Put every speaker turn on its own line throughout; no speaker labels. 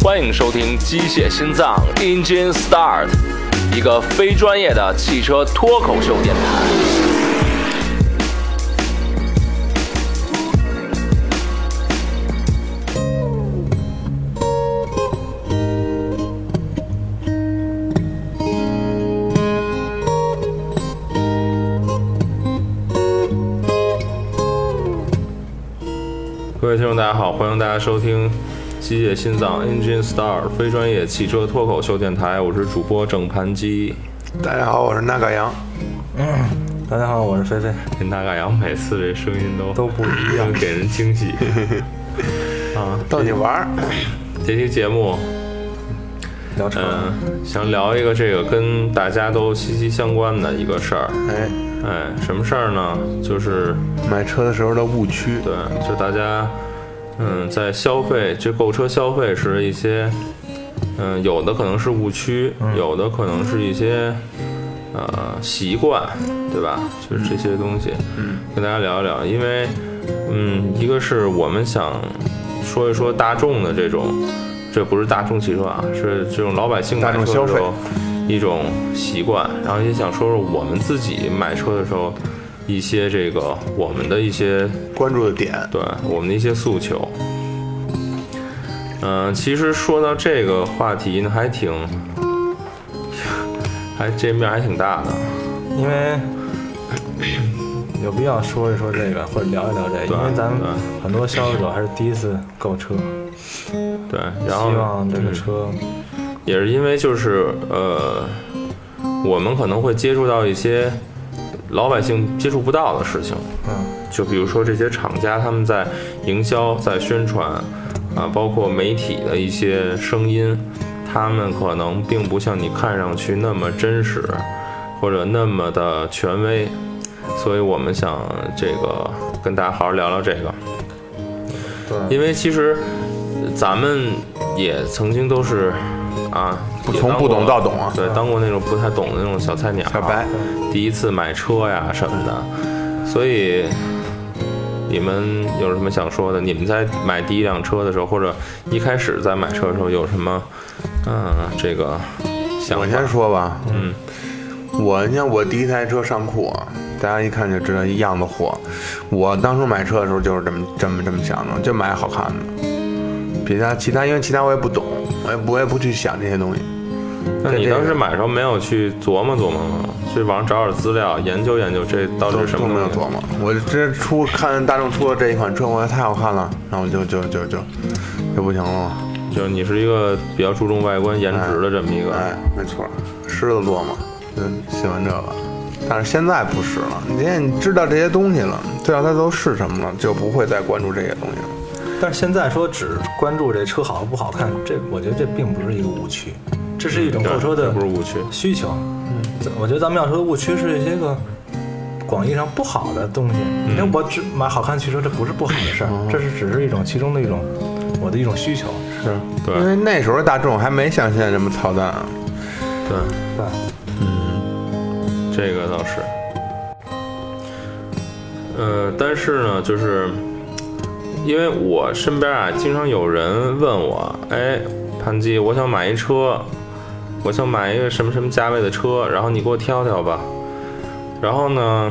欢迎收听《机械心脏 Engine Start》，一个非专业的汽车脱口秀电台。各位听众，大家好，欢迎大家收听《机械心脏 Engine Star》非专业汽车脱口秀电台，我是主播郑盘基。
大家好，我是那个羊。
大家好，啊我是菲菲。
跟大概阳每次这声音都
都不一
样， 给人惊喜。
逗你玩儿，
这期节目
聊车，
嗯，想聊一个这个跟大家都息息相关的一个事儿。
哎，
哎，什么事儿呢？就是
买车的时候的误区，
对，就大家嗯，在消费就购车消费时一些嗯，有的可能是误区，
嗯
有的可能是一些呃习惯，对吧？就是这些东西，嗯，跟大家聊一聊，因为嗯，一个是我们想说一说大众的这种，这不是大众汽车啊，是这种老百姓
大
买
众
车的时
消费
候一种习惯，然后也想说说我们自己买车的时候一些这个我们的一些
关注的点，
对我们的一些诉求。嗯、其实说到这个话题呢，还挺， 还这面还挺大的。
因为有必要说一说这个，或者聊一聊这个，因为咱们
对
很多消费者还是第一次购车，
对，然后
希望这个
嗯
车
也是因为就是呃，我们可能会接触到一些老百姓接触不到的事情，
嗯
就比如说这些厂家他们在营销、在宣传啊，包括媒体的一些声音，他们可能并不像你看上去那么真实，或者那么的权威，所以我们想这个跟大家好好聊聊这个。
对，
因为其实呃咱们也曾经都是啊，也
从
当
不
过
懂到懂啊，
对，当过那种不太懂的那种小菜鸟，
小白，
第一次买车呀什么的，所以你们有什么想说的？你们在买第一辆车的时候，或者一开始在买车的时候有什么嗯、这个想
我
法？
先说吧，
嗯，
我你看我第一台车上酷啊，大家一看就知道一样子货。我当初买车的时候就是这么这么这么想的，就买好看的，别家其他因为其他我也不懂，我也不我也不去想这些东西。
那
在
你
这个
当时买的时候没有去琢磨琢磨吗？去网上找找资料，研究研究这到底哦
都
是什
都
么
没有
东西啊
琢？磨。我这出看大众出的这一款车，我觉得太好看了，然后我就就就就就不行了。
就是你是一个比较注重外观颜值的这么一个，
哎，没错，狮子座嘛，就喜欢这个。但是现在不是了，你现在知道这些东西了，知道它都是什么了，就不会再关注这些东西了。
但是现在说只关注这车好不好看，这我觉得这并不是一个误区，这是一种
嗯对
购车的
这不是误区。嗯
需求。咱我觉得咱们要说的误区是一些个广义上不好的东西。
嗯
因为我只买好看汽车，这不是不好的事儿，这是只是一种其中的一种我的一种需求。
是，
对
因为那时候大众还没像现在这么操蛋啊。
对。
对，
这个倒是。呃，但是呢，就是因为我身边啊，经常有人问我，哎，潘基，我想买一车，我想买一个什么什么价位的车，然后你给我挑挑吧。然后呢，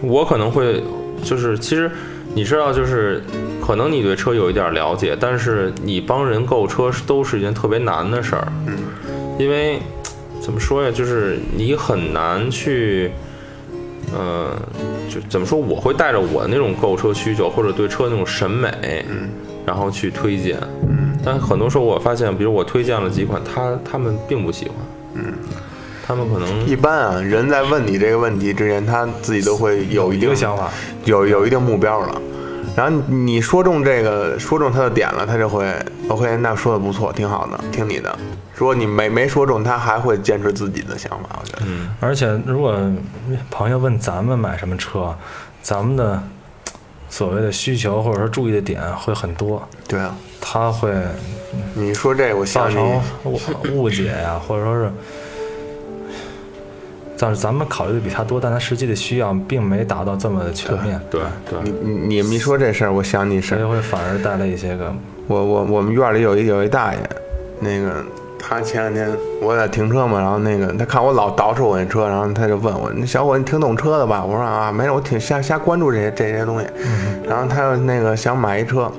我可能会就是，其实你知道，就是可能你对车有一点了解，但是你帮人购车是都是一件特别难的事儿，
嗯，
因为怎么说呀，就是你很难去，呃，就怎么说，我会带着我那种购车需求或者对车那种审美，
嗯，
然后去推荐。
嗯，
但很多时候我发现，比如我推荐了几款，他他们并不喜欢，嗯，他们可能
一般啊，人在问你这个问题之前，他自己都会有一
一
定
个想法。
有有一定目标了。然后你你说中这个，说中他的点了，他就会 OK，那说的不错，挺好的，听你的。如果你没没说中，他还会坚持自己的想法，我觉得。
而且如果朋友问咱们买什么车，咱们的所谓的需求或者说注意的点会很多，
对啊，
他会
你说这我
造
想
成
你，
误误解呀、 或者说是，但是咱们考虑的比他多，但他实际的需要并没达到这么的全面，
对对
你你你们一
哎
说这事儿，我想你事
所以
儿。
会反而带来一些个
我我我们院里有一有一大爷，那个他前两天我在停车嘛，然后那个他看我老捯饬我那车，然后他就问我：“那小伙你挺懂车的吧？”我说：“啊，没有，我挺瞎瞎关注这些这些东西。”然后他又那个想买一车，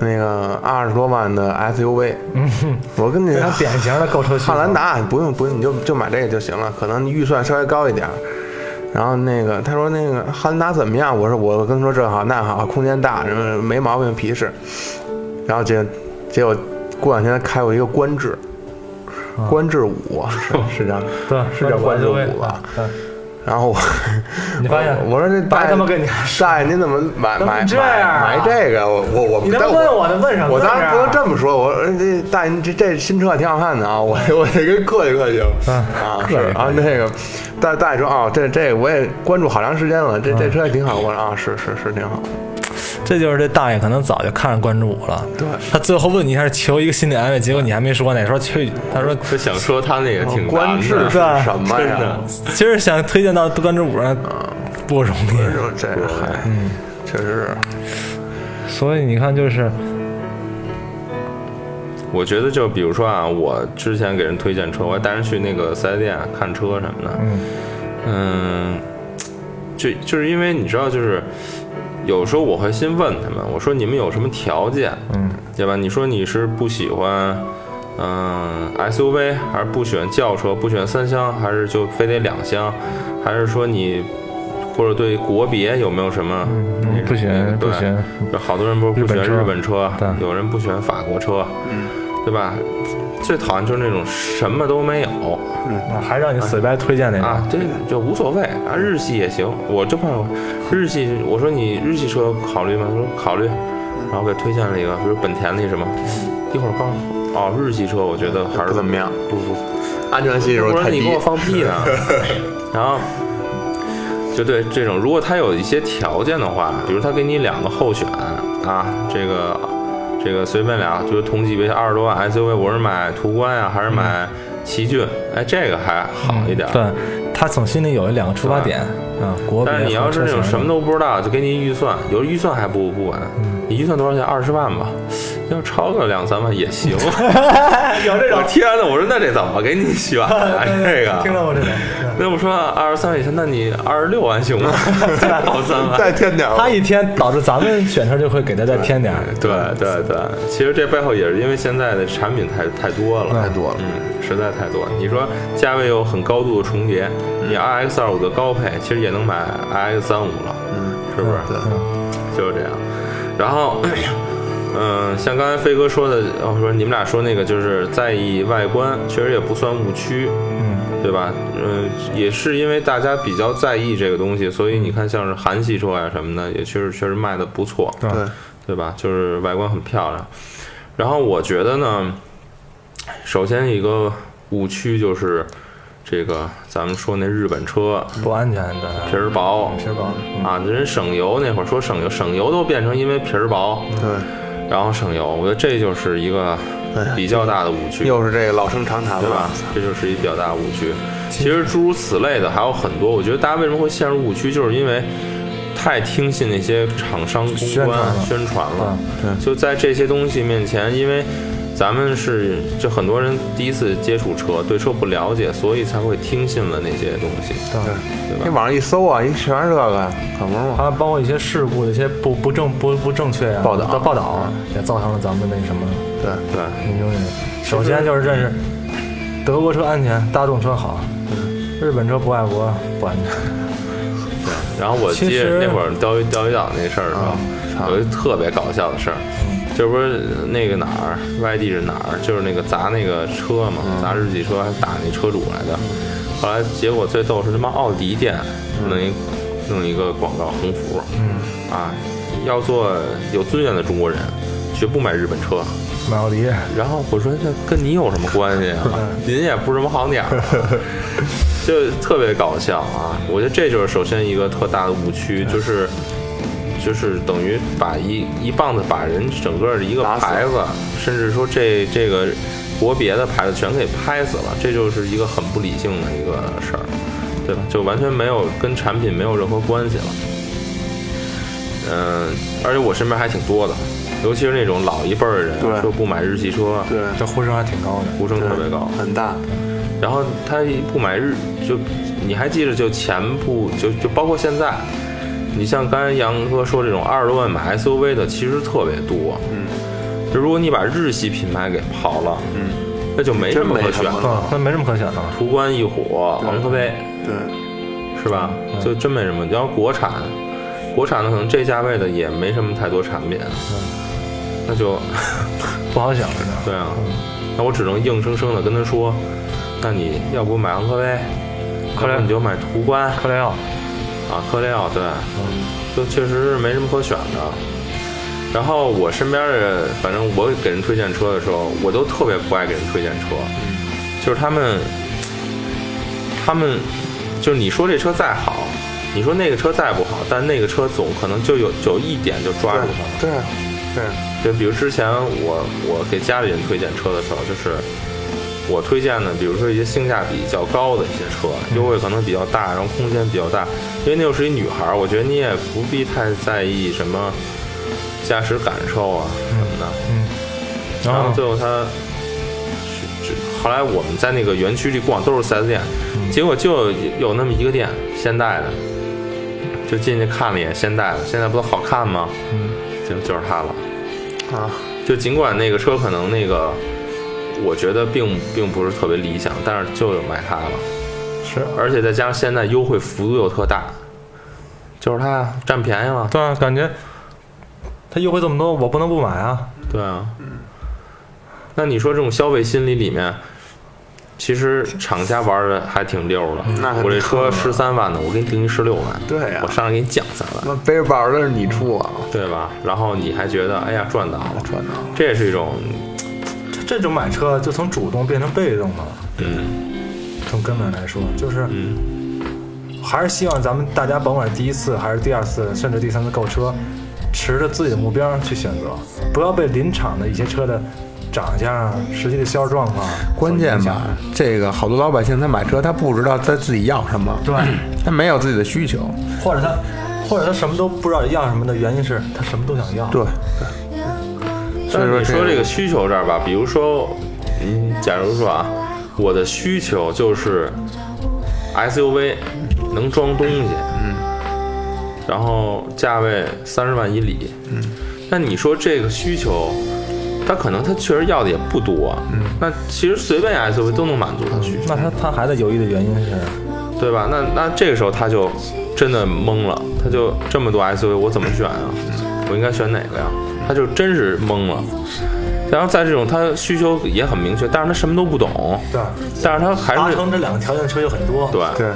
那个二十多万的 SUV，我跟你
非常典型的购车需求
汉兰达你不用不用，你就就买这个就行了，可能预算稍微高一点儿。然后那个他说那个汉兰达怎么样？我说我跟他说这好那好，空间大，什么没毛病，皮实。然后结结果过两天他开过一个观致，观致五啊是是这样的，
啊对，啊
是叫关注我吧？
嗯，
啊然后我
你发现
我说这
白他妈跟你
大爷，您怎么买
怎么
买
这样啊
买买这个？我我我
你他妈
但
问我呢问什么
我当然
呀
不能这么说，我说这大爷，这这新车挺好看的啊，我我得跟客气客气
嗯
啊，是然后那个大大爷说啊，这这我也关注好长时间了，这这车也挺好，我说啊，是是是挺好，
这就是这大爷可能早就看上关注我了，
对
他最后问你一下，求一个心理安慰，结果你还没说呢，说去，他说
就想说他那个
哦
挺
官
难
制
的
是
吧
什么
真
呀
的？
今儿想推荐到关注我上不容易，
就这嗨，
嗯
确实
所以你看就是
我觉得就比如说啊，我之前给人推荐车，我还带人去那个四 S 店看车什么的，嗯，就就是因为你知道，就是有时候我会先问他们，我说你们有什么条件，嗯，对吧？你说你是不喜欢。嗯，SUV 还是不喜欢轿车，不喜欢三厢，还是就非得两厢，还是说你或者对国别有没有什么？
嗯不喜欢
对
不喜欢
有好多人不是不喜欢
日本车
日本车，啊
对
有人不喜欢法国车，啊
嗯
对吧？最讨厌就是那种什么都没有
啊还让你死白推
哎
荐那
啊
个，，
这就无所谓啊，日系也行。我就怕日系，我说你日系车考虑吗？他说考虑，
嗯
然后给推荐了一个，比如本田那什么，一会儿告诉我哦，日系车我觉得还是
不怎么样
不不
安全系数
不
太
然你
低
给我，放屁 呢？然后就对这种，如果他有一些条件的话，比如他给你两个候选啊，这个这个随便俩，就是同级别二十多万 SUV，我是买途观呀、还是买奇骏？哎，这个还好一点。
对，他总心里有两个出发点啊，国别
但是你要是那种什么都不知道，就给你预算，有预算还不不稳，你预算多少钱？二十万吧，要超个两三万也行。
有这
我
种，
天呐，我说那这怎么给你选啊？这个
听到过这种，
那我说二十三万以上，那你二十六万行吗？再高三万。
再添点儿吧
他一天导致咱们选车就会给他再添点儿，
对对对，其实这背后也是因为现在的产品太太多了，
太多了
嗯，实在太多。你说价位有很高度的重叠，你 RX 二五的高配其实也能买 RX 三五了，嗯，是不是？
对
就是这样。然后，嗯、像刚才飞哥说的，哦，说你们俩说那个就是在意外观，确实也不算误区，嗯，对吧？嗯、也是因为大家比较在意这个东西，所以你看像是韩系车啊呀什么的，也确实确实卖的不错，
嗯
对
对，
对吧？就是外观很漂亮。然后我觉得呢，首先一个误区就是这个咱们说那日本车
不安全
皮
的，
儿薄
皮儿薄，
嗯
啊，人省油那会儿说省油，省油都变成因为皮儿薄，
对，哎
然后省油，我觉得这就是一个比较大的误区，
又是这个老生常谈
对吧
了，？
这就是一比较大的误区。其实诸如此类的还有很多，我觉得大家为什么会陷入误区，就是因为太听信那些厂商公
宣传
关
了
宣传了
对，
就在这些东西面前，因为。咱们是就很多人第一次接触车，对车不了解，所以才会听信了那些东西，对吧
你？网上一搜啊，一全是这个，可不是吗？
还啊有包括一些事故的一些不不正不不正确啊
报道
的报道，也造成了咱们那什么
对，
对，
民众认识。首先就是认识德国车安全，大众车好，日本车不爱国不安全，
然后我
其
记
实啊
得那会儿钓鱼钓鱼岛那事儿的时候，有一特别搞笑的事儿，
嗯
这不是那个哪儿，外地是哪儿，就是那个砸那个车嘛，
嗯
砸日系车还打那车主来的，后来结果最逗是他妈奥迪店
嗯
弄一弄一个广告横幅，啊，要做有尊严的中国人，绝不买日本车。
买奥迪。
然后我说那跟你有什么关系啊？
嗯
您也不是什么好鸟啊、就特别搞笑啊！我觉得这就是首先一个特大的误区，
嗯
就是就是等于把一一棒子把人整个的一个
打死
牌子，甚至说这这个国别的牌子全给拍死了，这就是一个很不理性的一个事儿，对吧？就完全没有跟产品没有任何关系了。嗯，而且我身边还挺多的，尤其是那种老一辈儿的
对
人，说不买日系车，
对，
这呼声还挺高的。
呼声
对
特别高。
很大，
然后他一不买日，就你还记着，就前部就就包括现在，你像刚才杨哥说这种二十多万买 SUV 的，其实特别多。
嗯
就如果你把日系品牌给刨了，
嗯，
那就没什
真
么
没
可
什
选
么
的。
了
嗯，那没什么可选的了。
途观、翼虎、昂科威
对，
是吧？
嗯
就真没什么。然后国产，国产的可能这价位的也没什么太多产品，那就？
不好想是吧
对啊，那我只能硬生生的跟他说，那你要不买昂科威，
克
要
莱
不你就买途观。
克莱奥，
啊，科雷奥对，就确实是没什么可选的。然后我身边的人，反正我给人推荐车的时候，我都特别不爱给人推荐车，就是他们，他们就是你说这车再好，你说那个车再不好，但那个车总可能就有有一点就抓住他了。
对对，
就比如之前我我给家里人推荐车的时候，就是我推荐的，比如说一些性价比较高的一些车，优惠可能比较大，然后空间比较大，因为那又是一女孩儿，我觉得你也不必太在意什么驾驶感受啊什么的。
嗯
然
然后
哦
后
最后他去，去后来我们在那个园区里逛，都是 4S 店，结果就有有那么一个店，现代的，就进去看了一眼现代的，现在不都好看吗？就就是它了。
啊，
就尽管那个车可能那个，我觉得并并不是特别理想，但是就有买它了，
是
而且再加上现在优惠幅度又特大，就是它呀占便宜了。
对啊，感觉他优惠这么多，我不能不买啊。
对啊，那你说这种消费心理里面，其实厂家玩的还挺溜的。
那还
我这
挺
车十三万的，我给你定一十六万，
对呀
我上来给你降三万，
那背着包的是你出啊，
对吧？然后你还觉得哎呀赚到了，
穿的啊
这也是一种
这这种买车就从主动变成被动了。
嗯
从根本来说，就是
嗯
还是希望咱们大家甭管是第一次还是第二次，甚至第三次购车，持着自己的目标去选择，不要被临场的一些车的长相啊、实际的销售状况啊
关键吧，这个好多老百姓他买车，他不知道他自己要什么，
对，
他没有自己的需求，
或者他或者他什么都不知道要什么的原因是他什么都想要，
对，
但是你
所以说这
说
个
这个需求这儿吧，比如说，嗯，假如说啊，我的需求就是 SUV 能装东西，嗯，然后价位三十万以里，嗯，那你说这个需求，他可能他确实要的也不多，嗯，那其实随便 SUV 都能满足他
啊
需求，
那他他还在犹豫的原因是，
对吧？那那这个时候他就真的懵了，他就这么多 SUV 我怎么选啊？
嗯
我应该选哪个呀？他就真是懵了。然后在这种他需求也很明确，但是他什么都不懂，
对，
但是他还
达
是
成这两个条件的车就很多，
对，
对，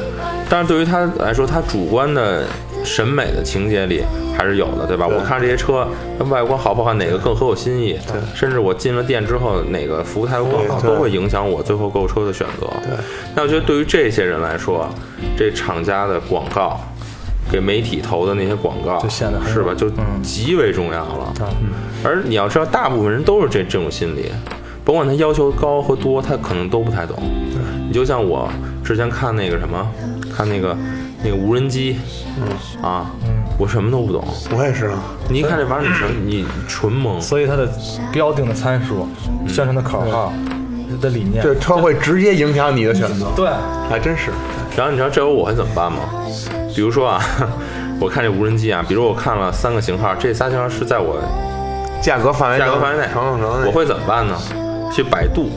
但是对于他来说，他主观的审美的情节里还是有的，对吧？
对
我看这些车，那外观好不好看，哪个更合我心意，甚至我进了店之后哪个服务态度更好，
对对
都会影响我最后购车的选择。
对，
那我觉得对于这些人来说，这厂家的广告。给媒体投的那些广告，
就显得很
是吧？就
嗯
极为重要了。
对，
而你要知道，大部分人都是这这种心理，甭管他要求高和多，他可能都不太懂。你就像我之前看那个什么，看那个那个无人机，嗯啊，我什么都不懂。
我也是啊，
你一看这玩意儿，你什么你纯懵。
所以它的标定的参数、宣传的口号、的理念，
这车会直接影响你的选择，
对，
还真是，
然后你知道这回我会怎么办吗？比如说啊， 我看这无人机啊，比如我看了三个型号，这仨型号是在我
价格范围
价格范围内
承受能力，
我会怎么办呢？去百度，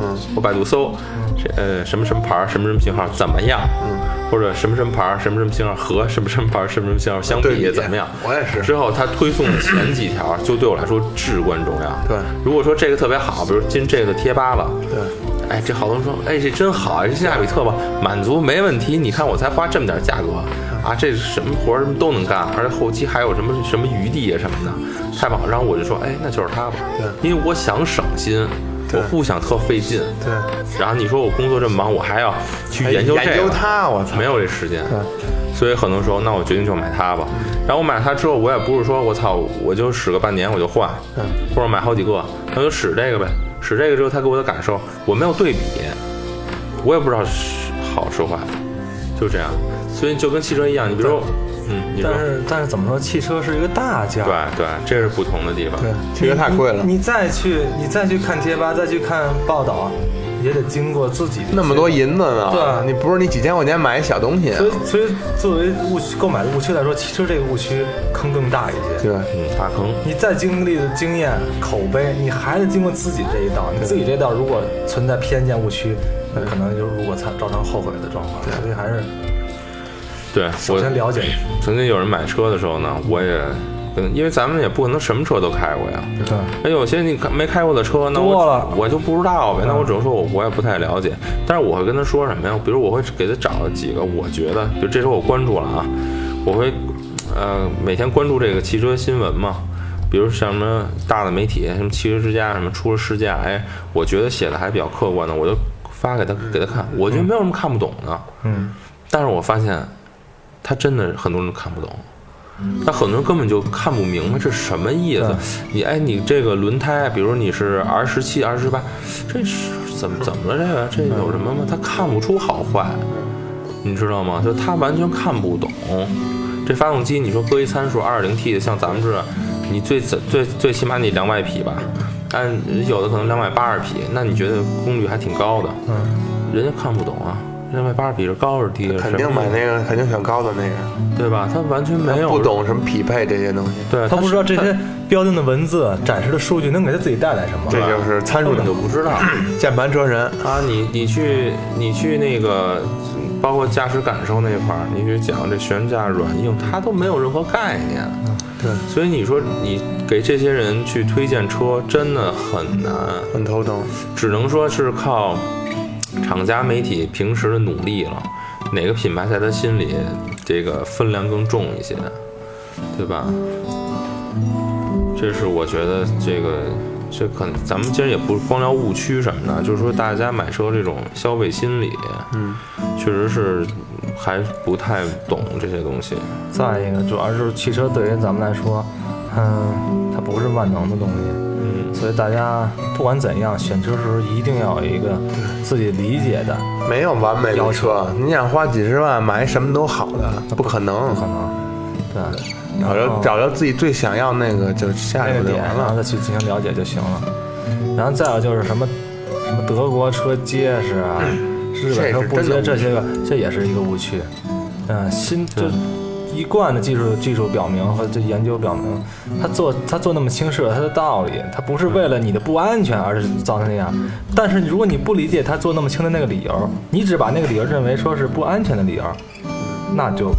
嗯，
我百度搜，这呃什么什么牌儿，什么什么型号怎么样？嗯，或者什么什么牌儿，什么什么型号和什么什么牌儿，什么什么型号相
对
比
比
怎么样？
我也是
之后它推送的前几条，就对我来说至关重要。
对
如果说这个特别好，比如进这个贴吧了，
对，
哎，这好多人说，哎，这真好，这性价比特棒，满足没问题。你看我才花这么点价格啊，这什么活儿什么都能干，而且后期还有什么什么余地啊什么的，太棒了。然后我就说，哎，那就是它吧，
对
因为我想省心，
对
我不想特费劲。
对，
然后你说我工作这么忙，我还要去研究
哎
这个，
研究它，我操
没，有这时间。所以很多时候，那我决定就买它吧。
嗯
然后我买它之后，我也不是说我操，我就使个半年我就换，
嗯
或者买好几个，那就使这个呗。使这个之后，它给我的感受，我没有对比，我也不知道是好是坏，就这样。所以就跟汽车一样，你比如说嗯，你说
但是但是怎么说，汽车是一个大件儿
对对，这是不同的地方。
对，
这个太贵了
你你再去你再去看贴吧，再去看报道，也得经过自己的
那么多银子呢，
对
你不是你几千块钱买一小东西啊
所，以所以作为误区购买的误区来说，汽车这个误区坑更大一些。
对，
嗯，大坑。
你再经历的经验、口碑，你还得经过自己这一道。你自己这道如果存在偏见误区，那可能就如果才造成后悔的状况。所以还是
对，
首
我
先了解
曾经有人买车的时候呢，我也跟，因为咱们也不可能什么车都开过呀。
对
那有些你看没开过的车，那我
多了嗯
我就不知道呗。那我只能说我我也不太了解，但是我会跟他说什么呀？比如我会给他找几个我觉得，比如这车我关注了啊，我会呃每天关注这个汽车新闻嘛。比如像什么大的媒体，什么汽车之家什么出了试驾，哎，我觉得写的还比较客观的，我就发给他给他看。我觉得没有什么看不懂的，
嗯，
但是我发现他真的很多人看不懂。那很多人根本就看不明白这是什么意思
对。
你哎，你这个轮胎，比如你是 R 十七、R 十八，这是怎么怎么了？这个这有什么吗？他看不出好坏，你知道吗？就他完全看不懂。这发动机，你说搁一参数 2.0T 的，像咱们这，你最最最最起码你两百匹吧，按有的可能两百八十匹，那你觉得功率还挺高的？
嗯，
人家看不懂啊，两百八十匹是高是低？
肯定
什么
买
意思
那个，肯定选高的那个，
对吧？他完全没有
不，懂什么匹配这些东西，
对
他不
是
知道这些标定的文字展示的数据能给他自己带来什么。
这就是参数
根本就不知道。
键盘车神，
啊，你你去你去那个，包括驾驶感受那一块儿，你去讲这悬架软硬，它都没有任何概念。
对，
所以你说你给这些人去推荐车，真的很难，
很头疼。
只能说是靠厂家、媒体平时的努力了。哪个品牌在他心里这个分量更重一些，对吧？这是我觉得这个这可能咱们今儿也不光聊误区什么的，就是说大家买车这种消费心理，嗯，确实是还不太懂这些东西。
再一个，主要就是汽车对于咱们来说，嗯，它不是万能的东西，
嗯，
所以大家不管怎样选车时候一定要有一个自己理解的，
没有完美的车，你想花几十万买什么都好的，不可能
可。能对，
找着找着自己最想要那个，就下
那
一
个
步就
哎点，啊
完
然后
了。
再去进行了解就行了。然后再有就是什么什么德国车结实啊，
嗯
日本车不结实这些个，这也是一个误区。嗯，新就一贯的技术技术表明和这研究表明，他做他做那么轻视它的道理，他不是为了你的不安全而是造成那样。但是如果你不理解他做那么轻的那个理由，你只把那个理由认为说是不安全的理由，那就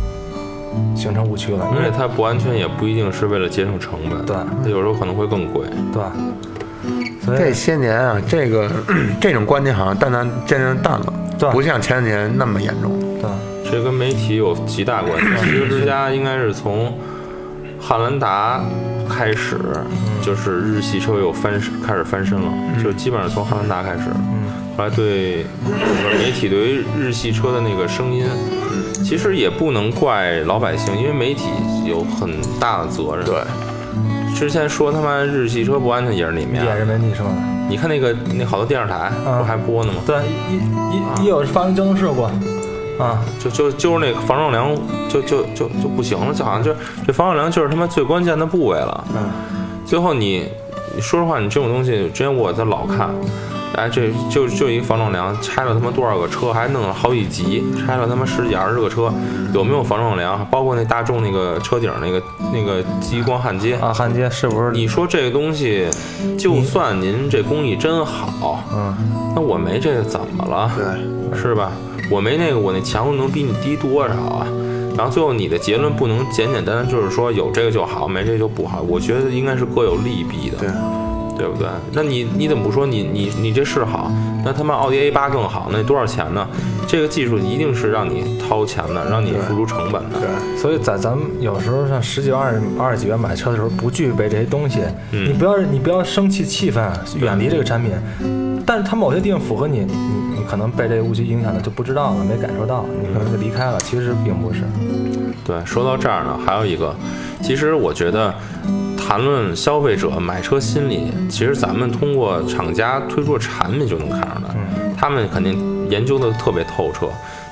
形成误区了。
嗯
因为它不安全，也不一定是为了节省成本，
对
它有时候可能会更贵。
对，所以
这些年啊，这个 这种观念好像淡淡渐渐淡
对
了，不像前几年那么严重。
对。
这跟媒体有极大关 系。汽车之家应该是从汉兰达开始，
嗯
就是日系车又翻身开始翻身了，就基本上从汉兰达开始。
嗯
后来对整个媒体对于日系车的那个声音，
嗯
其实也不能怪老百姓，因为媒体有很大的责任。
对，
之前说他妈日系车不安全也是你们呀
也，是媒体说的。
你看那个那好多电视台
啊
不还播呢吗？
对，一一一有发生交通事故，啊，
就就就是那个防撞梁就就就就不行了，就好像就这防撞梁就是他妈最关键的部位了。
嗯，
最后你你说实话，你这种东西，之前我在老看，哎，这就就一防撞梁拆了他妈多少个车，还弄了好几集，拆了他妈十几二十个车，有没有防撞梁？包括那大众那个车顶那个那个激光焊接。
啊，焊接是不是？
你说这个东西，就算您这工艺真好，
嗯，
那我没这个怎么了？
对，
是吧？我没那个，我那强度能比你低多少啊？然后最后你的结论不能简简单单就是说有这个就好，没这个就不好。我觉得应该是各有利弊的，
对
对不对？那你你怎么不说你你你这是好？那他妈奥迪 A 八更好，那多少钱呢？这个技术一定是让你掏钱的，让你付出成本的。
对，
所以在咱们有时候像十几万、二十二十几万买车的时候，不具备这些东西，
嗯
你不要你不要生气气愤，啊远离这个产品。但是它某些地方符合你，你你可能被这个误区影响了，就不知道了，没感受到，你可能就离开了。其实并不是，
对，说到这儿呢，还有一个，其实我觉得谈论消费者买车心理，其实咱们通过厂家推
嗯
出的产品就能看出来，他们肯定研究的特别透彻，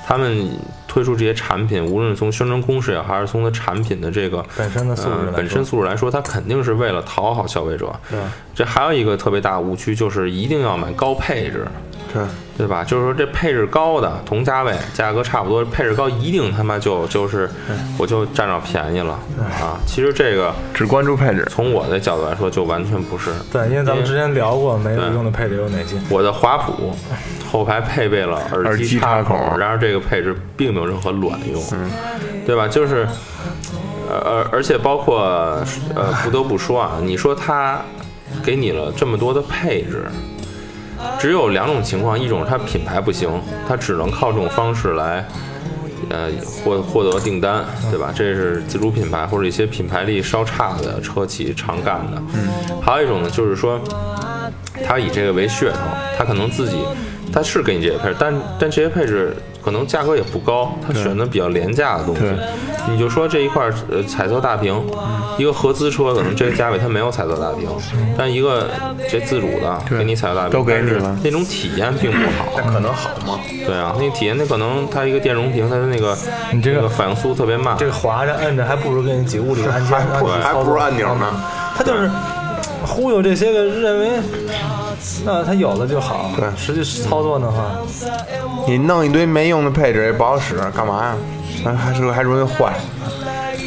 他们。推出这些产品，无论是从宣传攻势也好，还是从它产品的这个
本身的素
呃
质来说
本身素质来说，它肯定是为了讨好消费者。
对吧
这还有一个特别大的误区，就是一定要买高配置，
对，
对
嗯
吧？就是说这配置高的同价位，价格差不多，配置高一定他妈就就是我就占着便宜了啊！其实这个
只关注配置。
从我的角度来说，就完全不是。
对，因为咱们之前聊过没有
对
用的配置有哪些，
我的华普后排配备了耳
耳
机
机
插
插嗯孔
然而这个配置并没有任何卵用，对吧？就是，呃，而而且包括呃，不得不说啊，你说它给你了这么多的配置，只有两种情况，一种是它品牌不行，它只能靠这种方式来。呃，获获得订单，对吧？这是自主品牌或者一些品牌力稍差的车企常干的。嗯，还有一种呢，就是说，他以这个为噱头，他可能自己他是给你这些配置，但但这些配置可能价格也不高，他选的比较廉价的东西
对。嗯
你就说这一块儿呃彩色大屏，一个合资车可能这个价位它没有彩色大屏，但一个这自主的
对
给你彩色大屏
都给你
但是
了
那种体验并不好。
可能好吗？
对啊，那个体验那可能它一个电容屏，它的那个
你这个
那个反应速度特别慢。
这个滑着摁着，还不如给你挤物理按键，按
不
你
还
操
不
作
如按钮呢。
他就是忽悠这些个认为，那他有了就好，
对
实际操作的话，
你弄一堆没用的配置也不好使，干嘛呀？还还是还容易坏。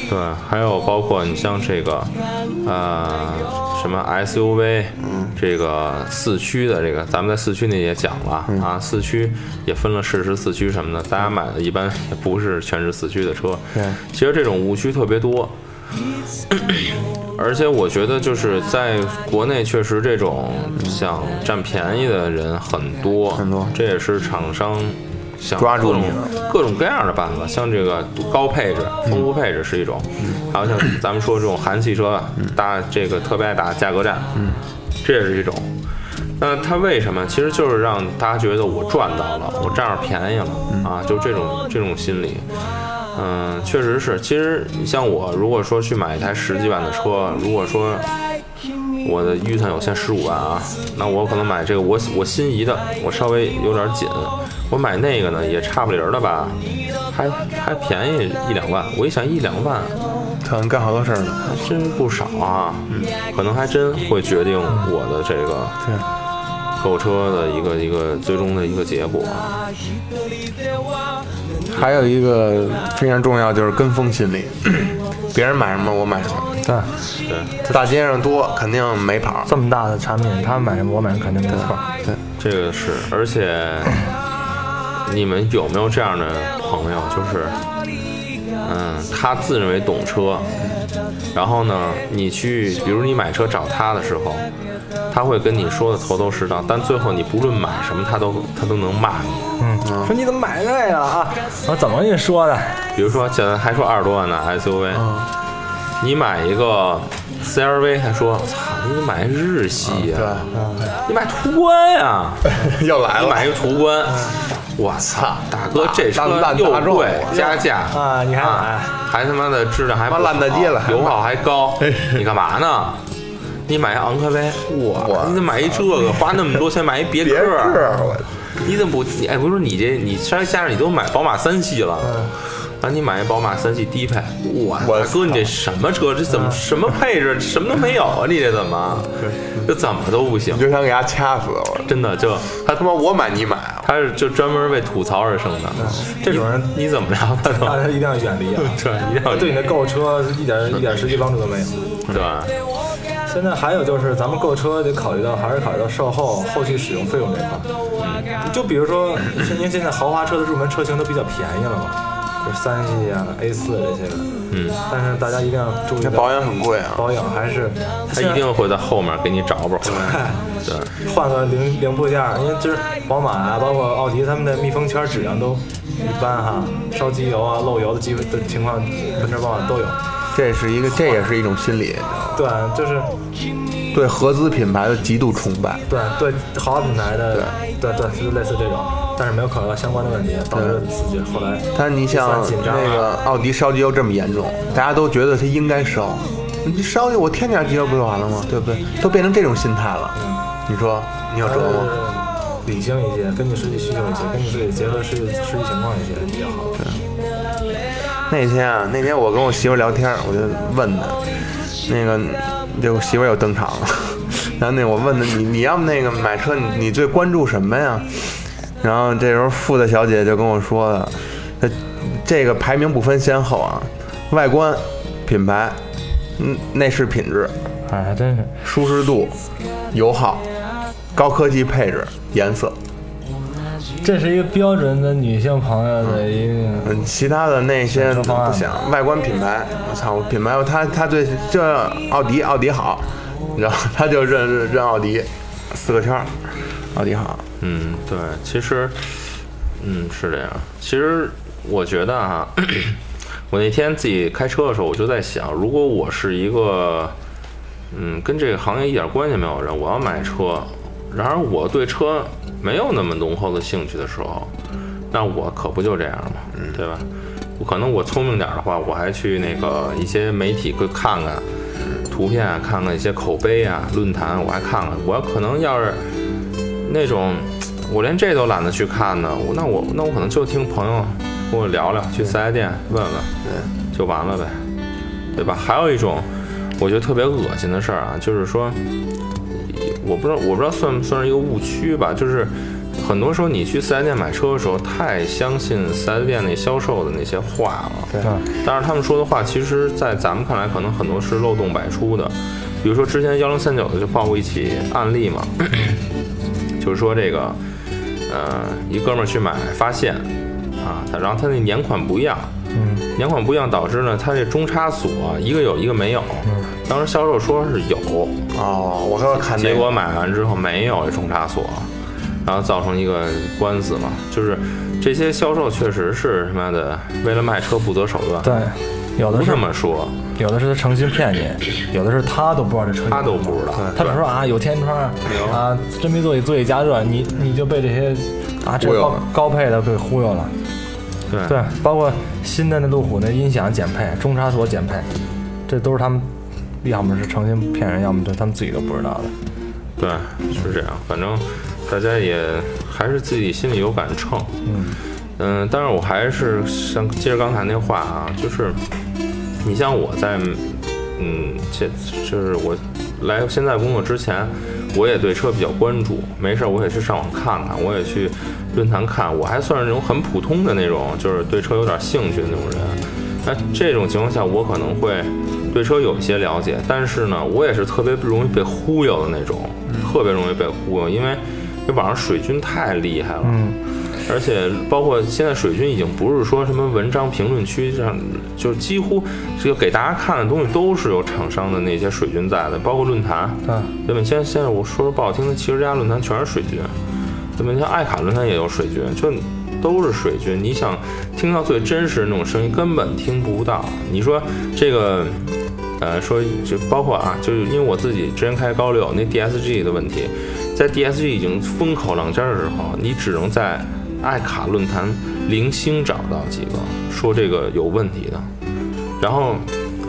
对，还有包括你像这个，呃，什么 SUV，这
嗯
个四驱的这个，咱们在四驱那也讲了、
嗯
啊，四驱也分了适时四驱什么的，大家买的一般也不是全是四驱的车，
对
其实这种误区特别多。 而且我觉得，就是在国内，确实这种想占便宜的人很多，
很多
这也是厂商想
抓住
各种
你了嗯
各种各样的办法，像这个高配置、丰富配置是一种，还有像咱们说这种韩系车，
嗯
打这个特别爱打价格战，这也是一种。那它为什么？其实就是让大家觉得我赚到了，我占着便宜了
嗯
啊，就这种这种心理。嗯，确实是。其实你像我，如果说去买一台十几万的车，如果说我的预算有限十五万啊，那我可能买这个我我心仪的，我稍微有点紧，我买那个呢也差不离儿的吧，还还便宜一两万。我一想一两万
可能干好多事儿呢。
还真不少啊，可能还真会决定我的这个
对，
购车的一个一个最终的一个结果。
还有一个非常重要就是跟风 心理，别人买什么我买什么。
对，
对，
大街上多肯定没跑。
这么大的产品，他买什么我买什么肯定没错。
对，
这个是，而且你们有没有这样的朋友，就是，嗯，他自认为懂车，然后呢，你去，比如你买车找他的时候，他会跟你说的头头是道，但最后你不论买什么，他都他都能骂你。
嗯，说你怎么买这个啊？我怎么跟你说的？
比如说，现在还说二十多万的 SUV，、你买一个 CRV，他说，操，你买日
嗯
系呀、
嗯
你买途观啊呀、
对，又来
你
了。
买一个途观，我操，大哥这车
烂烂
又
大众
贵加价
啊你还买
还他妈的质量还不好
妈烂大街了还买
油耗还高，你干嘛呢？你买一昂科威，哇，
哇
你怎么买一这个？花那么多钱买一别
别这
克，
儿，我啊
你怎么不？你哎，不是你这，你稍微加上你都买宝马三系了。
嗯啊
然后你买一宝马三系低配，哇，
我
大哥，你这什么车？这怎么什么配置？什么都没有啊？你这怎么？这怎么都不行
你，就想给他掐死我。
真的就他
他妈我买啊你买，
他是就专门为吐槽而生的。
这种人
你你怎么着他
大
都
家一定要远离嗯
对，
啊！
一定要
对你的购车一点一点实际帮助都没有。
对
现在还有就是，咱们购车得考虑到，还是考虑到售后后续使用费用这块。嗯，就比如说，您现在豪华车的入门车型都比较便宜了嘛，就是三系啊、A 四这些的。嗯，但是大家一定要注意
那
到
保养很贵啊。
保养还是
他一定会在后面给你找补。
哎
对，
换个零零部件儿，因为就是宝马啊，包括奥迪，他们的密封圈质量都一般哈，烧机油啊、漏油的机会的情况，奔驰、宝马都有。
这是一个，这也是一种心理，
对，啊就是
对合资品牌的极度崇拜。
对对，豪华品牌的，对对，就是类似这种，但是没有考虑到相关的问题，导致自己后来
但你
算
想
紧张啊
那个奥迪烧机油这么严重，大家都觉得它应该烧，你烧我添点机油不就完了吗？对不对？都变成这种心态了，你说你有
还
辙吗？
呃
是理性一些，根据实际需求一些，根据自己结合实际实际情况一些比较好。
那天啊，那天我跟我媳妇儿聊天儿，我就问她，那个就我媳妇儿又登场了， 然后那我问她，你你要么那个买车你你最关注什么呀？然后这时候富的小姐就跟我说了，这这个排名不分先后啊，外观、品牌、嗯内饰品质、
哎，还真是。
舒适度、油耗、高科技配置、颜色，
这是一个标准的女性朋友的一个，
嗯，其他的那些
选
都
车方案
不想。外观品牌，我操，我品牌他他最就奥迪，奥迪好，然后他就认认奥迪，四个圈儿，奥迪好。
嗯，对，其实，嗯，是这样。其实我觉得哈、 我那天自己开车的时候，我就在想，如果我是一个，嗯，跟这个行业一点关系没有的人，我要买车，然而我对车没有那么浓厚的兴趣的时候，那我可不就这样吗？对吧？我可能我聪明点儿的话，我还去那个一些媒体会看看图片啊，看看一些口碑啊、论坛啊，我还看看。我要可能要是那种我连这都懒得去看呢，我那我那我可能就听朋友跟我聊聊，去四 S 店问问，对，就完了呗，对吧？还有一种我觉得特别恶心的事儿啊，就是说，我不知道我不知道算不算是一个误区吧，就是。很多时候你去四 S 店买车的时候，太相信四 S 店那销售的那些话了。
对
但是他们说的话，其实，在咱们看来，可能很多是漏洞百出的。比如说之前幺零三九的就报过一起案例嘛， 就是说这个，呃，一哥们儿去买，发现啊，他然后他那年款不一样，
嗯，
年款不一样导致呢，他这中差锁一个有一个没有，当时销售说是有，
哦，我刚看那
结
个
果买完之后没有这中差锁，然后造成一个官司嘛，就是这些销售确实是他妈的为了卖车不择手段，
对，有
不
的是
这么说，
嗯
有的是他诚心骗你，有的是他都不知道这车有。
他都不知道。
他只说啊有天窗啊，真皮座椅座椅加热，你你就被这些啊这
忽悠
高
了
高配的给忽悠了。
对
对，包括新的那路虎那音响减配、中差锁减配，这都是他们要么是诚心骗人，要么就他们自己都不知道的。
对是这样。反正大家也还是自己心里有杆秤。
嗯
嗯，但是我还是像接着刚才那话啊，就是你像我在嗯，这就是我来现在工作之前，我也对车比较关注，没事儿我也去上网看看，我也去论坛看，我还算是那种很普通的那种，就是对车有点兴趣的那种人。那这种情况下，我可能会对车有一些了解，但是呢，我也是特别容易被忽悠的那种，特别容易被忽悠，因为这网上水军太厉害了。
嗯，
而且包括现在水军已经不是说什么文章评论区上，就几乎这个给大家看的东西都是有厂商的那些水军在的，包括论坛，
对，
对吧？现在现在我说说不好听的，其实这家论坛全是水军，对吧？你像爱卡论坛也有水军，就都是水军。你想听到最真实的那种声音，根本听不到。你说这个，呃，说就包括啊，就是因为我自己之前开高六那 DSG 的问题，在 DSG 已经风口浪尖儿的时候，你只能在爱卡论坛零星找到几个说这个有问题的，然后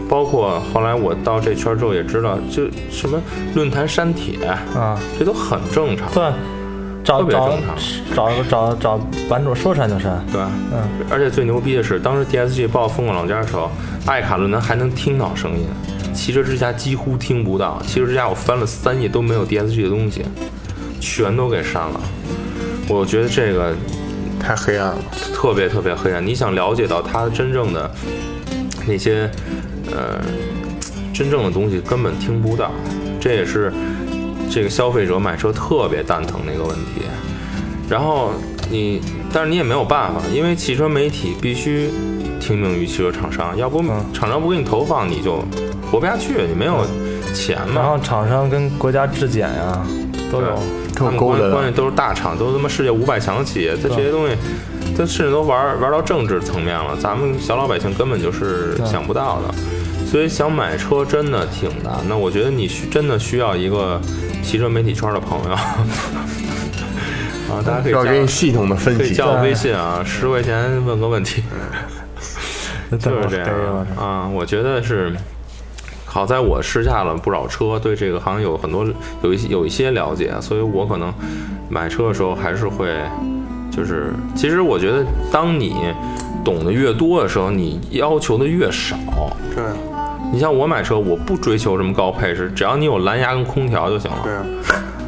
包括后来我到这圈儿之后也知道，就什么论坛删帖，
啊，
这都很正常。
对，找
特别
找
正常
找找找版主说删就删。
对，
嗯，
而且最牛逼的是，当时 DSG 爆风口浪尖儿的时候，爱卡论坛还能听到声音，汽车之家几乎听不到。汽车之家我翻了三页都没有 DSG 的东西，全都给删了。我觉得这个
太黑暗了，
特别特别黑暗。你想了解到它真正的那些呃真正的东西，根本听不到。这也是这个消费者买车特别蛋疼的一个问题。然后你，但是你也没有办法，因为汽车媒体必须听命于汽车厂商，要不厂商不给你投放，你就活不下去，你没有钱
然
嘛。
后厂商跟国家质检呀、都有。
他们
勾
关
搭的
关键都是大厂，都是他妈世界五百强企业，它这些东西，它甚至都玩玩到政治层面了，咱们小老百姓根本就是想不到的。所以想买车真的挺难的，我觉得你需真的需要一个汽车媒体圈的朋友 啊，大家可以
要
加
给你系统的分
可以
析
加。我微信啊，十块钱问个问题，就是这样啊。我觉得是，好在我试驾了不少车，对这个行业有很多有一些有一些了解，所以我可能买车的时候还是会，就是其实我觉得当你懂得越多的时候，你要求的越少。
对啊
你像我买车，我不追求什么高配置，只要你有蓝牙跟空调就行了
对。啊，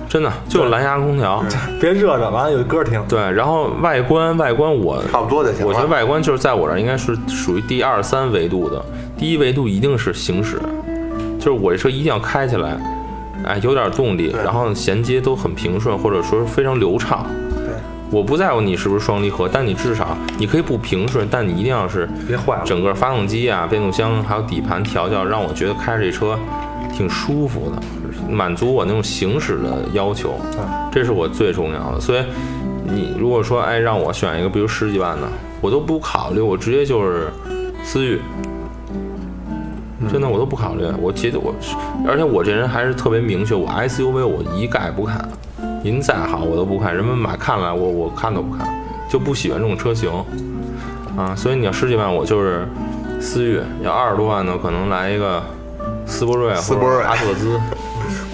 真的，就有蓝牙跟空调。
别热着，完了有歌听。
对，然后外观，外观我
差不多就行了。
我觉得外观就是在我这儿应该是属于第二三维度的，第一维度一定是行驶，就是我这车一定要开起来，哎，有点动力，
对
然后衔接都很平顺，或者说是非常流畅。
对
我不在乎你是不是双离合，但你至少你可以不平顺，但你一定要是
别坏了
整个发动机啊、变速箱还有底盘调教，让我觉得开着这车挺舒服的，满足我那种行驶的要求，
嗯
这是我最重要的。所以你如果说哎让我选一个，比如十几万的，我都不考虑，我直接就是思域。真
嗯
的，我都不考虑。我觉得我，而且我这人还是特别明确，我 SUV 我一概不看，您再好我都不看，人们买看来我我看都不看，就不喜欢这种车型啊。所以你要十几万，我就是思域；要二十多万呢，可能来一个斯铂瑞
斯
或
铂瑞
者阿特 兹。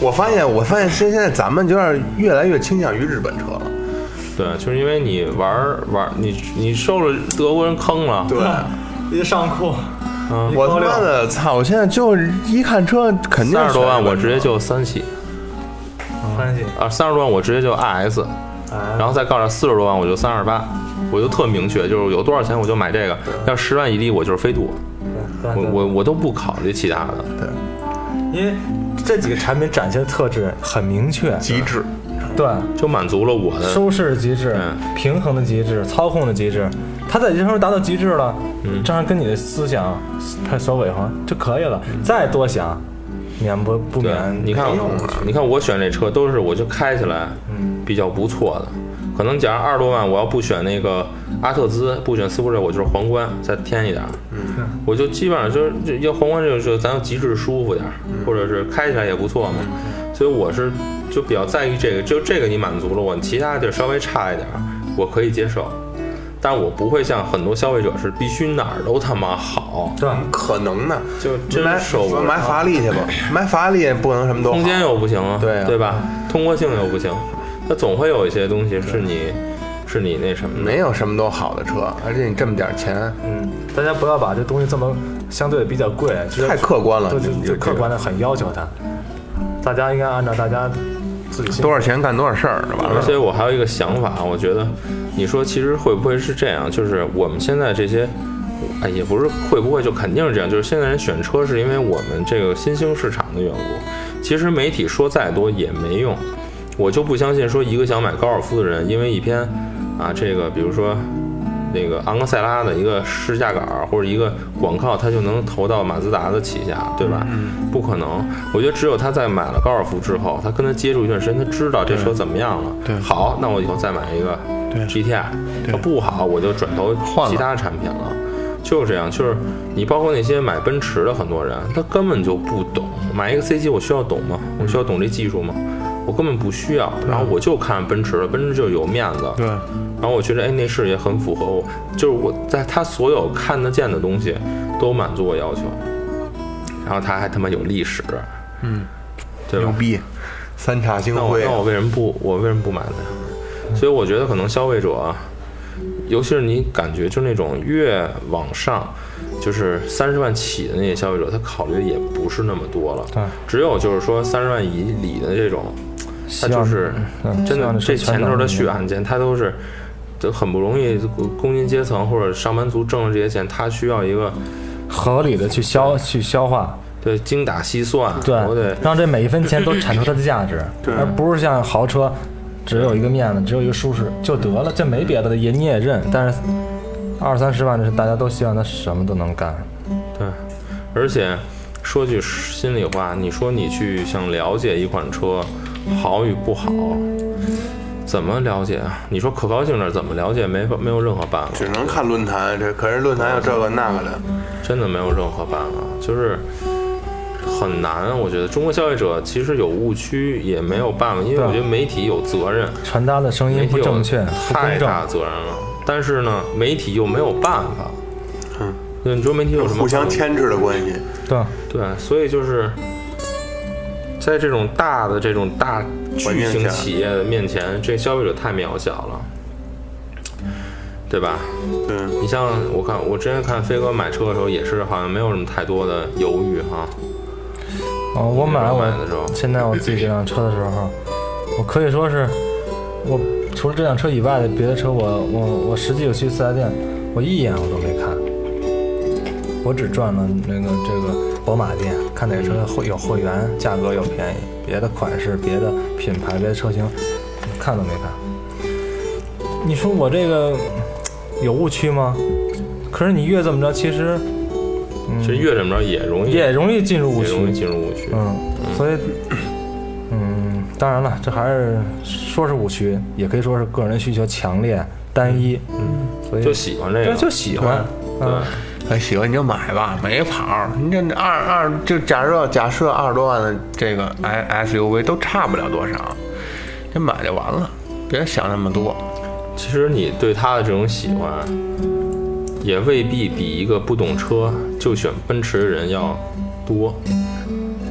我发现，我发现现现在咱们有点越来越倾向于日本车了。
对，就是因为你玩儿玩儿，你你受了德国人坑了，
对，
一上库，
嗯
我他妈的操！我现在就一看车，肯定
三十多万
全是
我直接就三系
欢喜，
啊，三十多万我直接就 IS。
嗯哎，
然后再告诉四十多万，我就三二八，我就特明确，就是有多少钱我就买这个，要十万以里我就是飞度，
对
我
对
我我都不考虑其他的。
因为
这几个产品展现的特质很明确，
极致。
对，
就满足了我的。
舒适极致、
嗯
平衡的极致、操控的极致，它在这方面达到极致了，
嗯
这样跟你的思想它所违和就可以了，再多想，免不不
嗯对啊
免，
你看我，你看我选这车都是我就开起来比较不错的，可能假如二十多万，我要不选那个阿特兹，不选斯铂瑞，我就是皇冠，再添一点儿，我就基本上就是这要皇冠这个车，咱要极致舒服点儿，或者是开起来也不错嘛，所以我是就比较在意这个，就这个你满足了我，其他地儿稍微差一点儿，我可以接受。但我不会像很多消费者是必须哪儿都他妈好，
对，
可能呢，
就真
买
受不了。
买法拉利去吧，买法拉利也不可能什么都好
空间又不行啊，
对啊
吧？通过性又不行，那总会有一些东西是你是你那什么的
没。有什么都好的车，而且你这么点钱
嗯，大家不要把这东西这么相对比较贵，觉得
太客观了，
对对
你
对，客观
这
的很要求它。大家应该按照大家自己
个
心
多少钱干多少事儿，是吧？
而且我还有一个想法，我觉得你说其实会不会是这样？就是我们现在这些，哎，也不是会不会，就肯定是这样。就是现在人选车是因为我们这个新兴市场的缘故。其实媒体说再多也没用，我就不相信说一个想买高尔夫的人，因为一篇啊这个，比如说那个昂克赛拉的一个试驾杆儿或者一个广告，他就能投到马自达的旗下，对吧？
嗯
不可能。我觉得只有他在买了高尔夫之后，他跟他接触一段时间，他知道这车怎么样了。
对
好，那我以后再买一个 GTI。
对
要不好，我就转头
换了
其他产品了。就是这样，就是你包括那些买奔驰的很多人，他根本就不懂。买一个 C 级，我需要懂吗？我需要懂这技术吗？我根本不需要。然后我就看奔驰了，奔驰就有面子。
对，
然后我觉得哎，内饰也很符合我，就是我在他所有看得见的东西都满足我要求，然后他还他妈有历史，嗯，对
牛
吧？
逼，三叉星
那我
辉
那，我为什么不我为什么不买呢？所以我觉得可能消费者啊，尤其是你感觉就那种越往上，就是三十万起的那些消费者，他考虑的也不是那么多了，
对，
只有就是说三十万以里的这种，他
希
就
望
是
嗯
真
希
的
望
这
车全
前头
能
的
明
血
白
汗钱，他都是就很不容易，工薪阶层或者上班族挣了这些钱，他需要一个
合理的去消去消化，
对精打细算，
对
我得，
让这每一分钱都产出它的价值，而不是像豪车，只有一个面子，只有一个舒适就得了，这没别的了，也你也认。但是二三十万的是大家都希望他什么都能干，
对，而且说句心里话，你说你去想了解一款车好与不好，怎么了解啊？你说可靠性这怎么了解？没法没有任何办法，
只能看论坛。这可是论坛有这个那个的，
真的没有任何办法，就是很难。我觉得中国消费者其实有误区，也没有办法，因为
对
我觉得媒体有责任，
传达的声
媒
音
体
不
有
正确、不
太
公
大
正，
责任了。但是呢，媒体又没有办法。
嗯
对，你说媒体有什么
互相
办法
牵制的关系。
对。
对，所以就是在这种大的这种大
环
巨
境
型
下
企业的面前，这消费者太渺小了。对吧？
对，
你像我看，我之前看飞哥买车的时候，也是好像没有什么太多的犹豫哈。
呃
啊，我买我
买的时候
现在我自己这辆车的时候，我可以说是我除了这辆车以外的别的车我，我我实际有去四 S 店，我一眼我都没看，我只转了那个这个宝马店，看哪个车会有会员，价格有便宜，别的款式、别的品牌、别的车型，看都没看。你说我这个有误区吗？可是你越这么着，其实
其实越怎么着也容易，
嗯也容易进入误
也
区。
容易进入误区。
嗯，所以，嗯，当然了，这还是说是误区，也可以说是个人需求强烈、单一，嗯，所以
就喜欢这
对
个，
就喜欢，嗯，
哎，喜欢你就买吧，没跑儿。你这二二就假设假设二十多万的这个 S SUV 都差不了多少，这买就完了，别想那么多。
其实你对他的这种喜欢，也未必比一个不懂车就选奔驰的人要多。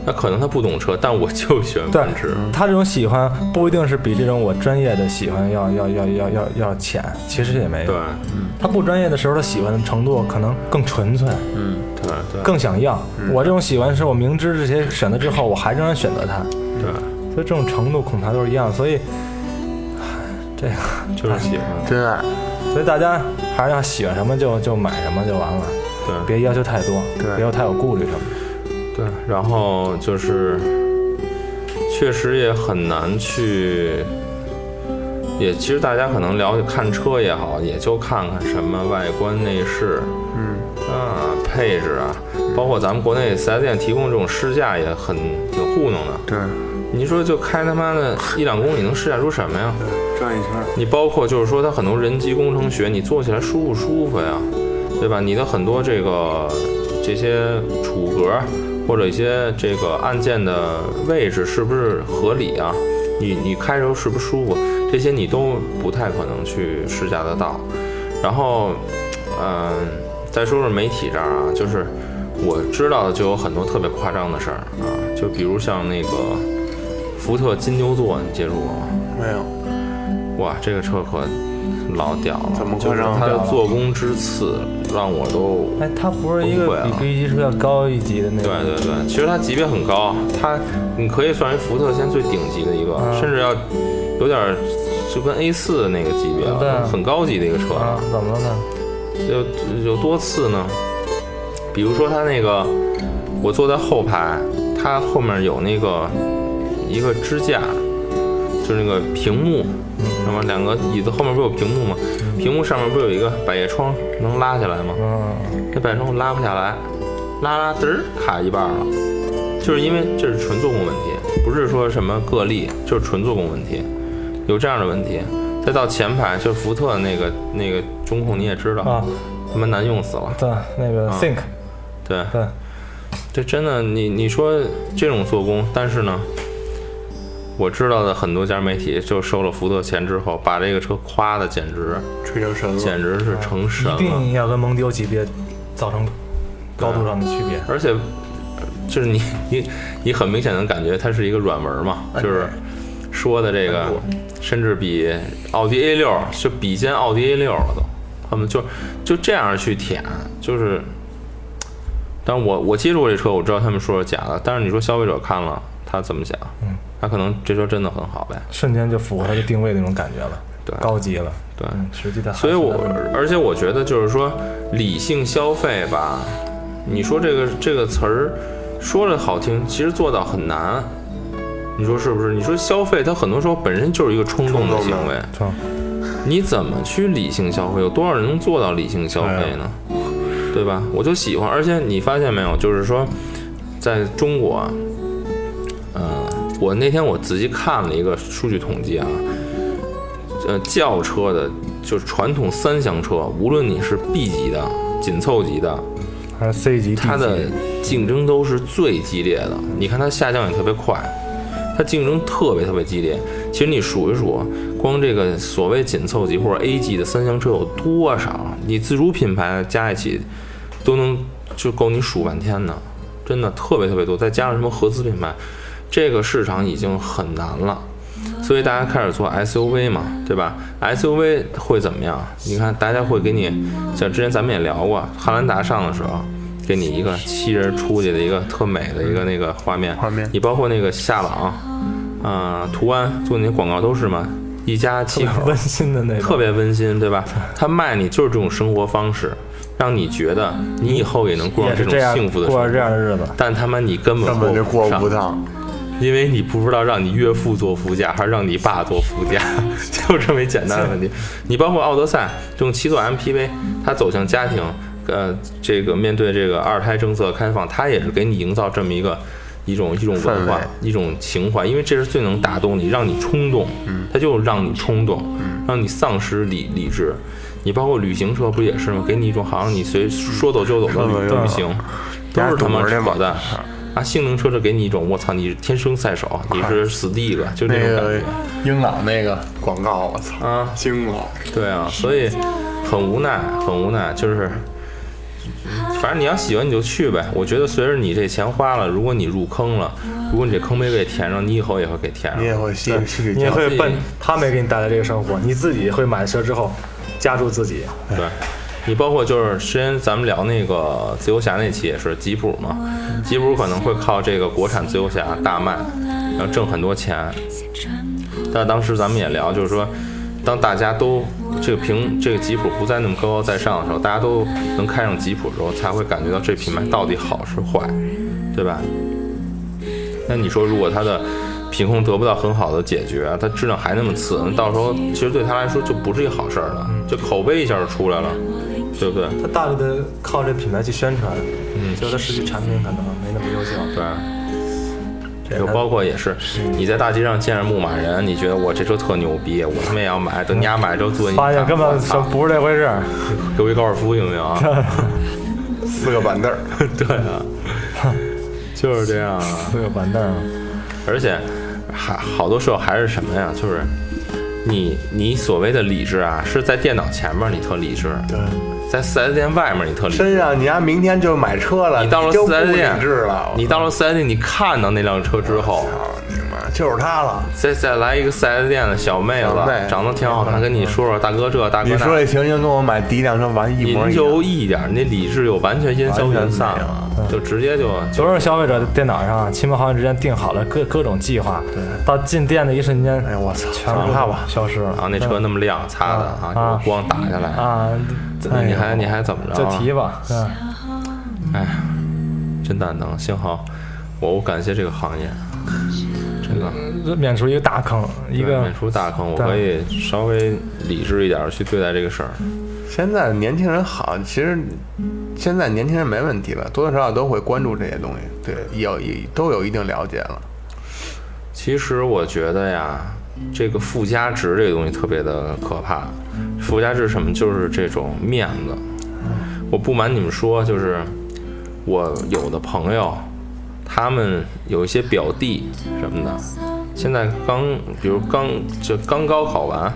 那可能他不懂车，但我就选
对
奔驰。
他这种喜欢不一定是比这种我专业的喜欢要要要要要要浅，其实也没
对
有，他不专业的时候，他喜欢的程度可能更纯粹，
对嗯对
更想要。我这种喜欢是我明知这些选择之后，我还仍然选择它，
对，
所以这种程度恐怕都是一样，所以。这个
就是喜欢。
真爱，
所以大家还是要喜欢什么就就买什么就完了，
对
别要求太多，
对
别有太有顾虑什么的。
对，嗯然后就是，确实也很难去，也其实大家可能了解看车也好，也就看看什么外观内饰，嗯啊配置啊，包括咱们国内四 S 店提供这种试驾也很挺糊弄的。
对，
你说就开他妈的一两公里能试驾出什么呀？
转一圈。
你包括就是说，它很多人机工程学，你做起来舒不舒服呀，对吧？你的很多这个这些储格或者一些这个按键的位置是不是合理啊？你你开的时候是不是舒服？这些你都不太可能去试驾得到。然后，嗯、再说说媒体这儿啊，就是我知道的就有很多特别夸张的事儿啊，就比如像那个福特金牛座，你接触过吗？
没有，
哇，这个车可老屌了！
怎么
就
夸
是
张
它的做工之次让我都……
哎，它不是一个
崩溃
比
了
B 级车要高一级的那
啊对
种，
对对，其实它级别很高，它你可以算为福特现在最顶级的一个，
嗯
甚至要有点儿就跟 A 4那个级别
对
了，很高级的一个车了。
啊，怎么了呢？
有有多次呢？比如说他那个，我坐在后排，他后面有那个一个支架，就是那个屏幕，那么两个椅子后面不是有屏幕吗？屏幕上面不是有一个百叶窗，能拉下来吗？
嗯，
那百叶窗拉不下来，拉拉嘚儿卡一半了，就是因为这是纯做工问题，不是说什么个例，就是纯做工问题，有这样的问题。再到前排，就是福特那个那个中控你也知道
啊，
他妈难用死了。
对，那个
啊
Think，
对，
对，
这真的，你你说这种做工，但是呢，我知道的很多家媒体就收了福特钱之后，把这个车夸的简直
吹成神了。
简直是成神
一
了，
定要跟蒙迪欧级别造成高度上的区别。
而且就是你你你很明显能感觉它是一个软文嘛，就是说的这个，甚至比奥迪 A 六就比肩奥迪 A 六了都，他们就就这样去舔，就是。但我我接触过这车，我知道他们说是假的，但是你说消费者看了他怎么想？他可能这车真的很好呗。
瞬间就符合它的定位那种感觉了，
对
高级了，
对
嗯，实际的。
所以我而且我觉得就是说理性消费吧，你说这个这个词儿说着好听，其实做到很难。你说是不是？你说消费，它很多时候本身就是一个冲动的
冲动的
行为，
撞
你怎么去理性消费？有多少人能做到理性消费呢？对吧？我就喜欢，而且你发现没有，就是说，在中国，嗯、我那天我仔细看了一个数据统计啊，呃，轿车的，就是传统三厢车，无论你是 B 级的、紧凑级的，
还是 C 级、D 级，
它的竞争都是最激烈的。你看它下降也特别快，它竞争特别特别激烈。其实你数一数，光这个所谓紧凑级或者 A 级的三厢车有多少，你自主品牌加一起都能就够你数半天的，真的特别特别多。再加上什么合资品牌，这个市场已经很难了。所以大家开始做 SUV 嘛，对吧？SUV 会怎么样？你看，大家会给你，像之前咱们也聊过，汉兰达上的时候，给你一个七人出去的一个特美的一个那个画面，
画面
你包括那个夏朗，啊、途安做那些广告都是嘛，一家七口，
温馨的那种，
特别温馨，对吧？他卖你就是这种生活方式，让你觉得你以后也能过上
也是
种
这样
幸福的生
过
活
着这。样的日子。
但他妈你根本
根本就过不
上，
上。
因为你不知道让你岳父坐副驾还是让你爸坐副驾， 就这么一简单的问题。你包括奥德赛这种七座 MPV，它走向家庭，呃，这个面对这个二胎政策开放，它也是给你营造这么一个一种一种文
氛
化
围、
一种情怀，因为这是最能打动你，让你冲动，
嗯
它就让你冲动，让你丧失理理智。你包括旅行车不也是吗？给你一种好像你随说走就走的旅
对
旅行，都是他妈扯
啊家堵着
淡
呢。
啊，性能车就给你一种我操，你是天生赛手，啊你是死第一个，就
那
这种感
个
觉。
英朗那个广告，我操，
啊，
惊了！
对啊，所以很无奈，很无奈，就是，反正你要喜欢你就去呗。我觉得随着你这钱花了，如果你入坑了，如果你这坑没被填上，你以后也会给填上
你。也会吸吸取
你也
教训。
会奔他们也给你带来这个生活，你自己会买车之后加注自己，
对，你包括就是之前咱们聊那个自由侠那期也是吉普嘛，吉普可能会靠这个国产自由侠大卖，然后挣很多钱。但当时咱们也聊，就是说，当大家都这个平这个吉普不再那么高高在上的时候，大家都能开上吉普的时候，才会感觉到这品牌到底好是坏，对吧？那你说，如果它的品控得不到很好的解决，啊它质量还那么次，那到时候其实对它来说就不是一个好事儿了，
嗯
就口碑一下就出来了，对不对？
他大力的靠这品牌去宣传，嗯，所以它实际产品可能没那么优秀。
对。
这
就
个
包括也是，你在大街上见着牧马人，你觉得我这车特牛逼，我他妈也要买。等你丫买了之后坐进去
发
看，
现根本
我
就
操
不是这回事儿，
给我一高尔夫行不行啊？
四个板凳儿，
对啊，就是这样啊。
这个板凳儿
而且还好多时候还是什么呀？就是你你所谓的理智啊，是在电脑前面你特理智，对，在四 S 店外面你特理智。
真让你家明天就买车了，
你到了
就
四
不
S
理
店
智了，，
你到了四 S 店，你看到那辆车之后，
操你妈，就是他了。
再再来一个四 S 店的小妹子
小妹，嗯
长得挺好看，跟你说说大哥这大哥
你说
那，
这情形跟我买第一辆车完一模
您
一
就
样，
一点儿，你理智就完全烟消
完全
云
没
散
有嗯
了，就直接就就
都是消费者电脑上啊亲朋好友之间定好了各各种计划，到进店的一瞬间，
哎呀我操，
全部
怕吧？
消失
然后
了
那车那么亮，擦的
嗯
啊，有光打下来，
啊！哎
你
呀
还你还怎么着
就
啊？
提吧，嗯，
哎，真蛋疼！幸好我我感谢这个行业，真的
这嗯免除一个大坑，一
对
个
免除大坑，我
对
可以稍微理智一点儿去对待这个事儿。
现在年轻人好，其实现在年轻人没问题了，多多少少都会关注这些东西，对，有也都有一定了解了。
其实我觉得呀，这个附加值这个东西特别的可怕。附加值是什么？就是这种面子。我不瞒你们说，就是我有的朋友，他们有一些表弟什么的，现在刚，比如刚就刚高考完，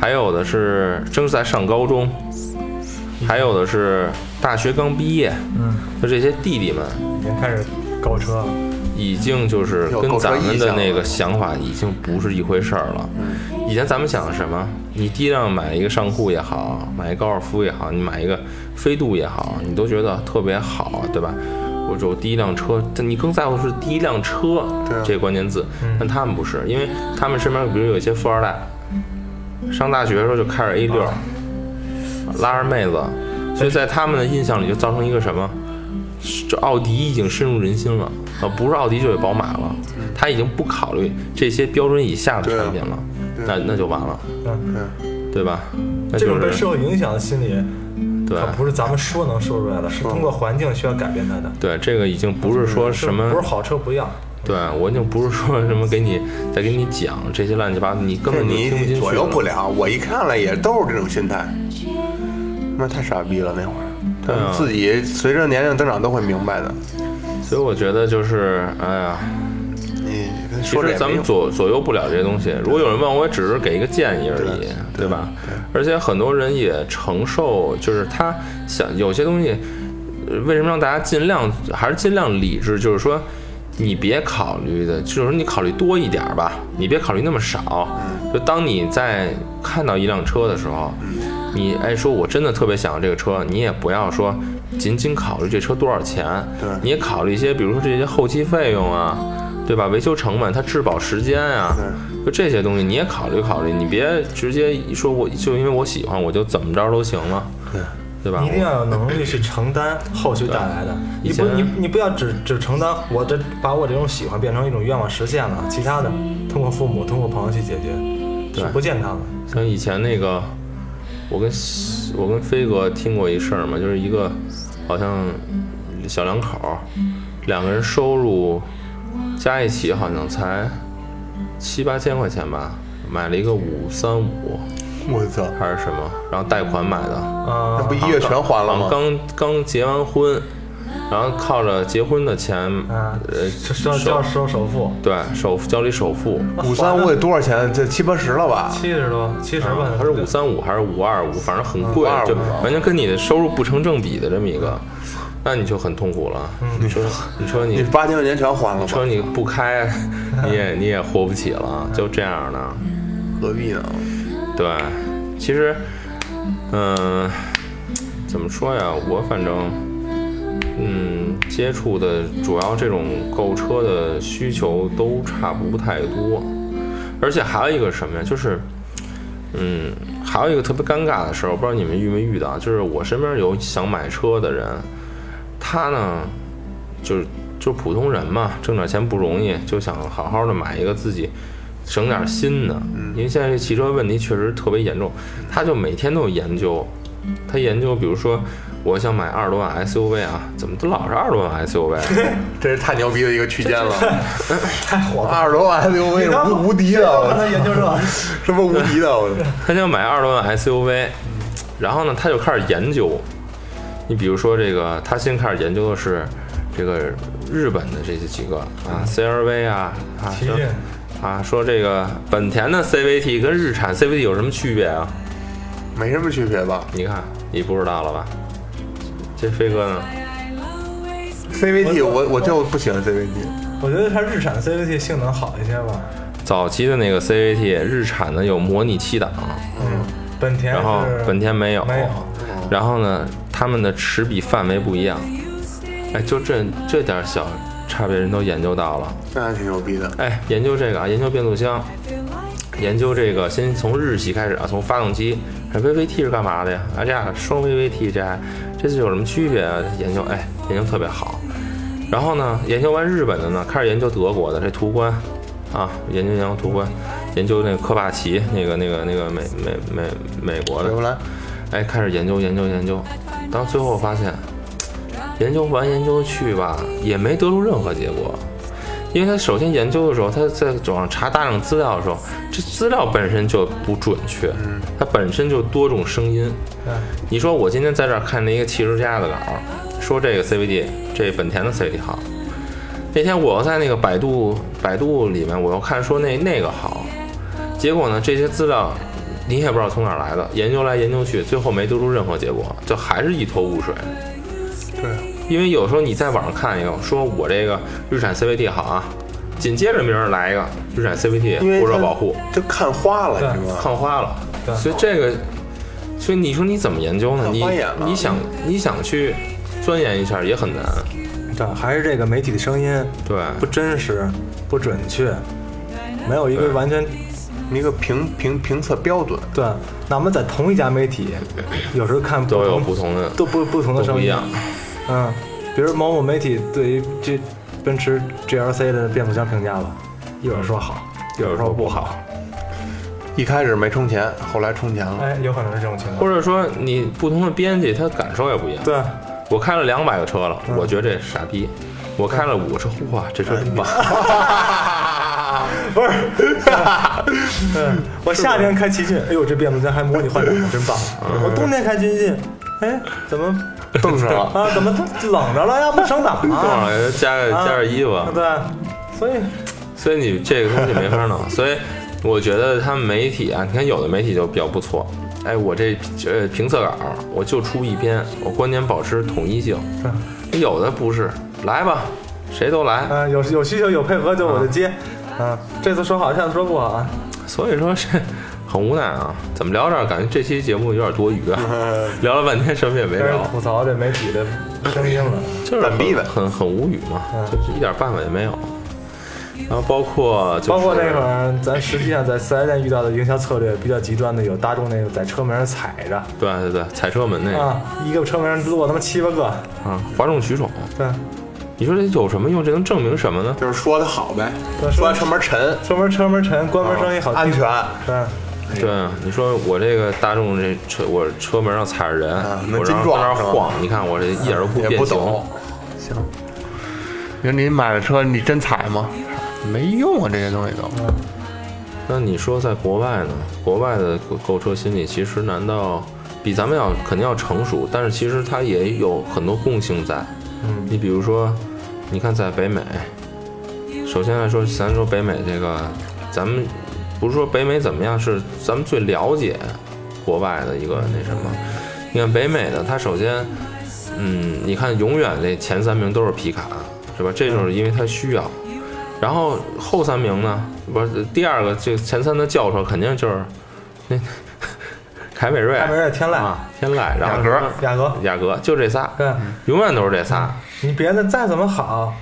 还有的是正在上高中，还有的是大学刚毕业，
嗯，
就这些弟弟们，
已经开始购车了，
已经就是跟咱们的那个想法已经不是一回事儿了。
嗯
以前咱们想的是什么？你第一辆买一个上酷也好，买一高尔夫也好，你买一个飞度也好，你都觉得特别好，对吧？我说我第一辆车，但你更在乎是第一辆车
对啊
这个关键字。但他们不是，因为他们身边比如有一些富二代，上大学的时候就开着 A 六，拉着妹子，所以在他们的印象里就造成一个什么？这奥迪已经深入人心了，呃，不是奥迪就是宝马了，他已经不考虑这些标准以下的
对啊
产品了，
对
那那就完了，
嗯，
对吧？那
这
就
种被
是
社会影响的心理，
对
可不是咱们说能说出来的，是通过环境需要改变它的。
对，这个已经不是说什么
不是好车不要，
对我已经不是说什么给你再给你讲这些乱七八糟，你根
这
本就
你
听不进去。
左右不了，我一看了也都是这种心态，那太傻逼了那会儿。
对啊
自己随着年龄增长都会明白的。
所以我觉得就是，哎呀，
你跟
其
说这
实
也
咱们
没用。
左左右不了这些东西。如果有人问我，也只是给一个建议而已，对吧？而且很多人也承受，就是他想有些东西，呃为什么让大家尽量还是尽量理智？就是说，你别考虑的，就是你考虑多一点儿吧，你别考虑那么少。就当你在看到一辆车的时候，你哎说我真的特别想要这个车，你也不要说仅仅考虑这车多少钱，
对
你也考虑一些，比如说这些后期费用啊，对吧？维修成本，它质保时间啊，就这些东西你也考虑考虑，你别直接一说我就因为我喜欢我就怎么着都行了，对对吧
你一？定要有能力去承担后续带来的。
对
你不
以，前
你你不要只只承担我这把我这种喜欢变成一种愿望实现了，其他的通过父母、通过朋友去解决，
对
是不健康的。
像以前那个，我跟我跟飞哥听过一事儿嘛，就是一个好像小两口儿，两个人收入加一起好像才七八千块钱吧，买了一个五三五
我操，
还是什么，然后贷款买的，
啊、
那不一月全还了
好像
吗？
啊刚刚结完婚，然后靠着结婚的钱，
啊，
呃，
这这这要收首付
对首付交了一首付，
五三五得多少钱？这七八十了吧？
七十多，七十吧，
它是五三五啊还是五二嗯五，反正很贵，
525
就完全跟你的收入不成正比的这么一个，那你就很痛苦了。嗯你说，你说
你
你
八千块钱全还了吧
车？你不开，你也你也活不起了，就这样的。
何必呢？
对，其实，嗯、怎么说呀？我反正，嗯，接触的主要这种购车的需求都差不太多，而且还有一个什么呀？就是，嗯，还有一个特别尴尬的事儿，我不知道你们遇没遇到，就是我身边有想买车的人，他呢，就是就普通人嘛，挣点钱不容易，就想好好的买一个自己省点心的。因为现在这汽车问题确实特别严重，他就每天都有研究，他研究，比如说我想买二十多万 SUV 啊，怎么都老是二十多万 SUV，啊
这是太牛逼的一个区间了，
太火 了。
二十多万 SUV 是无无敌的，啊我
看他研究 这，
操什么无敌的，我操
他想买二十多万 SUV，然后呢，他就开始研究。你比如说这个，他先开始研究的是这个日本的这些几个啊，CRV 啊，啊，
奇
这
骏
啊，说这个本田的 CVT 跟日产 CVT 有什么区别啊？
没什么区别吧
你看，你不知道了吧？这飞哥呢？
？CVT 我我就不喜欢 CVT，
我觉得它日产 CVT 性能好一些吧，
早期的那个 CVT，日产的有模拟七档，
嗯本田
嗯然后
哎是
本田没有，
没有
然后呢，他们的齿比范围不一样，哎，就这这点小差别，人都研究到了。
那还挺牛逼的。
哎，研究这个啊，研究变速箱，研究这个，先从日系开始啊，从发动机，哎，VVT 是干嘛的呀？啊，这样双 VVT 这还这是有什么区别啊？研究，哎，研究特别好。然后呢，研究完日本的呢，开始研究德国的这途观，啊，研究研究途观，研究那个科帕奇，那个那个那个美美美美国的
回，不来，
哎，开始研究研究研究，到最后发现，研究完研究去吧，也没得出任何结果。因为他首先研究的时候，他在网上查大量资料的时候，这资料本身就不准确，它本身就多种声音。你说我今天在这儿看了一个汽车之家的稿，说这个 CVT，这本田的 CVT 好。那天我又在那个百度百度里面，我又看说那那个好，结果呢，这些资料你也不知道从哪儿来的，研究来研究去，最后没得出任何结果，就还是一头雾水。
对，
因为有时候你在网上看一个，说我这个日产 CVT 好啊，紧接着明儿来一个日产 CVT
因为
过热
它
保护，
就看花了，你知道吗？
看花了。
对
所以这个，所以你说你怎么研究呢？
看
你
花眼了
你想你想去钻研一下也很难。
对，还是这个媒体的声音
对，
不真实、不准确，没有一个
对
完全
一个评评评测标准，
对。哪怕在同一家媒体，有时候看不
都有
同
不同的，
都不不同的
都
声
不一
音
样。
嗯，比如某某媒体对于这奔驰 GLC 的变速箱评价吧，一会儿说好，一会儿说不好，
一开始没充钱，后来充钱了。
哎，有可能是这种情况。
或者说你不同的编辑他感受也不一样。
对，
我开了两百个车了，
嗯
我觉得这傻逼。我开了五个车，哇，这
哎
车真棒！
不是，对，我夏天开奇骏，嗯哎呦，这变速箱还模拟换挡，真棒！我冬天开军训，哎，怎么
冻上 了，
啊，怎么冷着了呀？不升档
正
啊？
好加个加点衣服，啊
对，所以
所以你这个东西没法 弄。所以我觉得他们媒体啊，你看有的媒体就比较不错。哎，我这呃评测稿
嗯
哎我就出一篇，我观点保持统一性。有的不是，来吧，谁都来。
啊，有有需求有配合就我就接，啊，这次说好，下次说不好啊。
所以说是很无奈啊。怎么聊这儿？感觉这期节目有点多余啊， 聊了半天什么也没
开始
聊，
吐槽这媒体的声音了，
就是
本逼呗
嗯
很很很无语嘛，就是一点办法也没有。然后包括就是
包括那会儿咱实际上在四 S 店遇到的营销策略比较极端的，有大众那个在车门上踩着
对对对踩车门那个
啊，一个车门上落他妈七八个，
啊，哗众取宠。
对，
你说这有什么用？这能证明什么呢？
就是说的好呗，
对
说
说
车门沉，
车门车门沉，关门声音好
安
听，
全，
对。
对啊，你说我这个大众这车，我车门上踩着人，
啊能
我让
精
在
壮
那儿
是吧
晃，你看我这一点都不
也
变
不
形。
懂。行，你说你买了车，你真踩吗？没用啊，这些东西都。
那你说在国外呢？国外的购购车心理其实难道比咱们要肯定要成熟？但是其实它也有很多共性在。
嗯
你比如说，你看在北美，首先来说，咱说北美这个，咱们不是说北美怎么样，是咱们最了解国外的一个那什么。你看北美的，它首先，嗯，你看永远这前三名都是皮卡，是吧？这就是因为它需要。然后后三名呢，不是第二个，这前三的轿车肯定就是那凯美瑞、
凯美瑞、天籁、
啊、天籁，然后
雅阁
什么
雅阁，
雅阁，就这仨，
对，
永远都是这仨。
你别的再怎么好，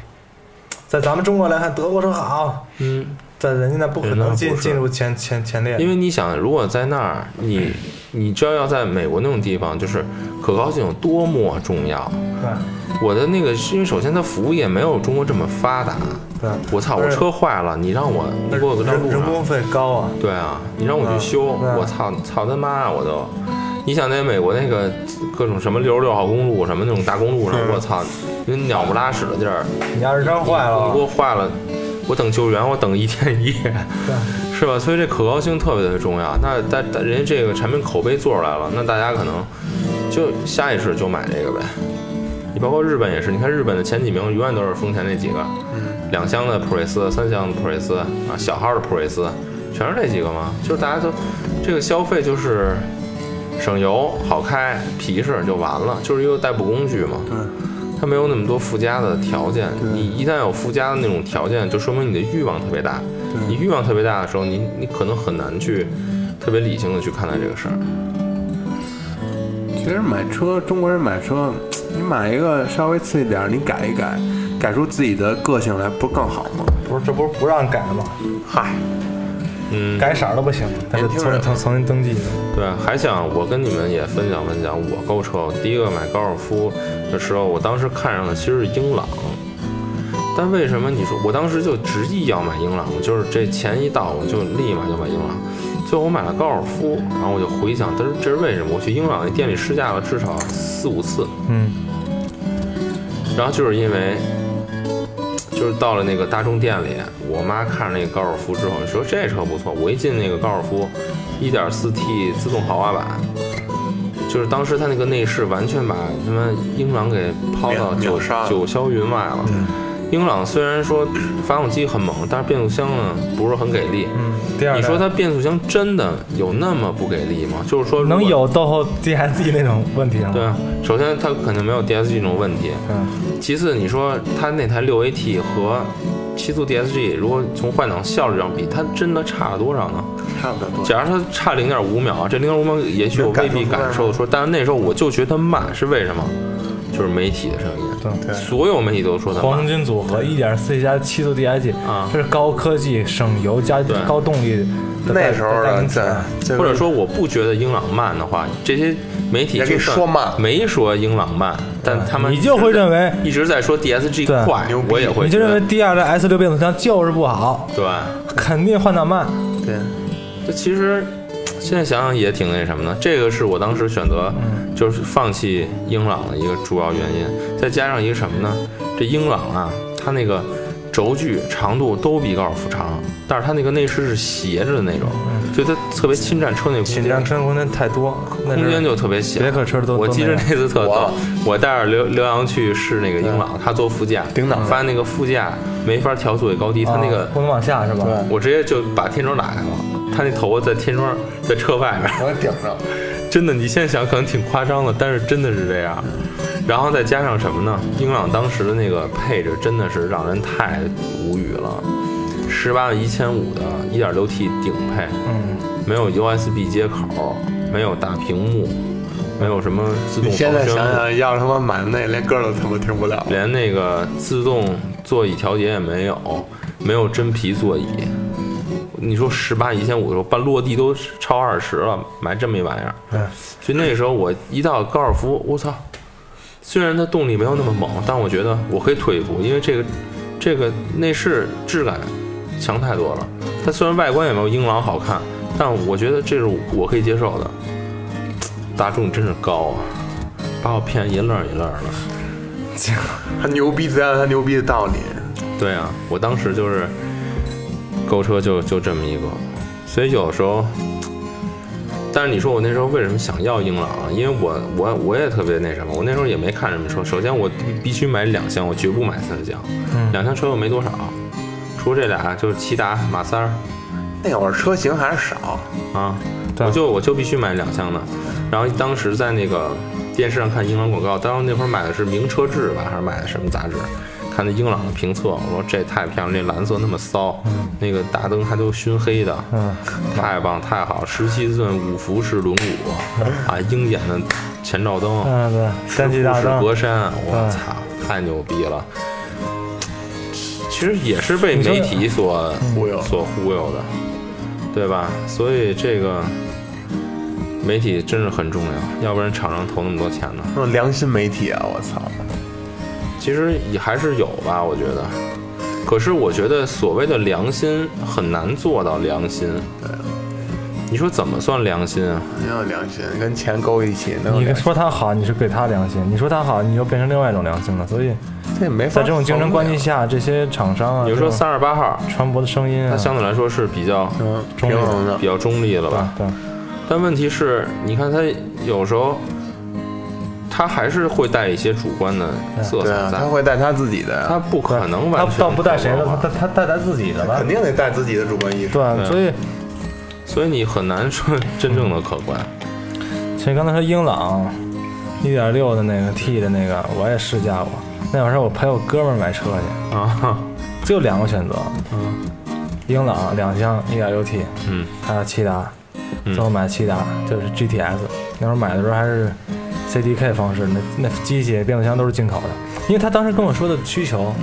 在咱们中国来看，德国车好，
嗯，
在人家那不可能
人家
进
不是
进入前前前列。
因为你想，如果在那儿，你你知道要在美国那种地方，就是可靠性有多么重要。
对
我的那个是因为首先它服务业没有中国这么发达。
对，
我操，我
而且
车坏了，你让我你给我个
人
张路
人
上
工，费高啊，
对啊，你让我去修，
嗯
我操操他妈我都。你想在美国那个各种什么六十六号公路什么那种大公路上，
嗯
我操，那鸟不拉屎的地儿，
你要是真坏
你给
了，
我坏了，我等救援，我等一天一夜，是吧？所以这可靠性特别的重要。那大大人家这个产品口碑做出来了，那大家可能就下意识就买这个呗。你包括日本也是，你看日本的前几名永远都是丰田那几个，两厢的普锐斯、三厢的普锐斯啊，小号的普锐斯，全是这几个嘛。就是大家都这个消费就是省油、好开、皮实就完了，就是一个代步工具嘛。它没有那么多附加的条件。你一旦有附加的那种条件，就说明你的欲望特别大。你欲望特别大的时候，你你可能很难去特别理性的去看待这个事儿。
其实买车，中国人买车，你买一个稍微次一点儿，你改一改，改出自己的个性来，不是更好吗？
不是这不是不让改吗？
嗨，
嗯，
改色儿都不行，他就
年轻人
重重重新登记。
对，啊还想我跟你们也分享分享我购车，我第一个买高尔夫的时候，我当时看上的其实是英朗。但为什么你说我当时就执意要买英朗？我就是这钱一到，我就立马就买英朗。最后我买了高尔夫，然后我就回想，这是这是为什么？我去英朗那店里试驾了至少四五次，
嗯，
然后就是因为，就是到了那个大众店里，我妈看着那个高尔夫之后说这车不错。我一进那个高尔夫，1 4 T 自动豪华版，就是当时它那个内饰完全把他妈英朗给抛到
秒
九
秒杀了
九霄云外了。英朗虽然说发动机很猛，但是变速箱呢不是很给力。
嗯，第二
你说
代
它变速箱真的有那么不给力吗？就是说如果
能有逗后 DSE 那种问题吗？
对，啊，首先它肯定没有 DSG 这种问题，
嗯，
其次，你说它那台六 AT 和七速 DSG，如果从换挡效率上比，它真的差了多少呢？
差不了多。
假如它差零点五秒，这零点五秒也许我未必感受得出，但是那时候我就觉得它慢，是为什么？就是媒体的声音，
对，
所有媒体都说它
黄
慢。
金组合一点四加七速 DSG，
啊
这是高科技、省油加
对
高动力的代。
那时候
代
呢，
名词
在这
或
个
者说我不觉得英朗慢的话，这些媒体
也可以
就算
说慢
没说英朗慢，
嗯
但他们
你就会认为，
一直在说 DSG
对
快
牛，逼
我也会
你
觉
就认
得
为第二代 S 六变速箱就是不好，
对。
肯定换挡慢。
对，
这其实现在想想也挺那什么的，这个是我当时选择就是放弃英朗的一个主要原因，再加上一个什么呢？这英朗啊，它那个轴距长度都比高尔夫长，但是它那个内饰是斜着的那种，所以它特别侵占车内空
紧张
间，
车空间太多，那
空间
是
就特别小
别。克车都
我
都
记
那
着
样
那次特
哇
逗，我带着刘刘洋去试那个英朗，他坐副驾，
顶档
发现那个副驾没法调座位高低，他那个
啊不能往下是吧？
对
我直接就把天窗打开了，他那头发在天窗在车外边儿，
我顶着。
真的，你现在想可能挺夸张的，但是真的是这样。然后再加上什么呢？英朗当时的那个配置真的是让人太无语了，十八万一千五的 1.6T 顶配，
嗯，
没有 USB 接口，没有大屏幕，没有什么自动
你现
防
在
眩
想，想，要是他妈买那，连歌都他妈听不了。
连那个自动座椅调节也没有，没有真皮座椅。你说十八一千五的时候，半落地都超二十了，买这么一玩意儿，
对，
所以那个时候我一到高尔夫，我操！虽然它动力没有那么猛，但我觉得我可以退一步，因为这个这个内饰质感强太多了。它虽然外观也没有英朗好看，但我觉得这是我可以接受的。大众真是高啊，把我骗一愣儿一愣儿的。
他牛逼自然有他牛逼的道理。
对啊，我当时就是购车就就这么一个，所以有时候，但是你说我那时候为什么想要英朗啊？因为我我我也特别那什么，我那时候也没看什么车。首先我必须买两厢，我绝不买三厢，
嗯
两厢车又没多少，除这俩就是骐达、马三儿
那会儿车型还是少，
啊，
对
我就我就必须买两厢的。然后当时在那个电视上看英朗广告，当时那会儿买的是《名车志》吧，还是买的什么杂志？看那英朗的评测，我说这太漂亮，那蓝色那么骚，那个大灯还都熏黑的，
嗯，
太棒太好，十七寸五辐式轮毂啊，鹰眼的前照灯，
嗯对，
是
单机
富
大
士
灯，
格栅，我
嗯
操，太牛逼了！其实也是被媒体所
嗯
忽悠
所忽悠的，对吧？所以这个媒体真是很重要，要不然厂商投那么多钱呢？
那种良心媒体啊！我操，
其实也还是有吧，我觉得。可是我觉得所谓的良心很难做到良心。你说怎么算良心啊？
没有良心，跟钱勾一起，能有
你
良心？
说他好，你是给他良心；你说他好，你又变成另外一种良心了。所以
这也没法。
在这种竞争关系，下，这些厂商啊，
你说
这种
三十八号，
传播的声音啊
它，相对来说是比较
嗯，平衡的
比。较中立了吧？
对对，
但问题是，你看他有时候，他还是会带一些主观的色
对
彩
啊，
在
他，会带他自己的
他
呀，
不可能
他
完全
倒不带谁的，
同化
他他他带他自己的吧
肯。定得带自己的主观意识。
对，所以
所以你很难说真正的客观。
其实刚才说英朗，一点六的那个 T 的那个，我也试驾过。那会儿是我陪我哥们儿买车去，
啊，
就两个选择，
嗯
英朗两厢一点六 T，
嗯
还有骐达，
嗯
最后买骐达就是 GTS。那会儿买的时候还是 CDK 方式，那那机器变速箱都是进口的。因为他当时跟我说的需求，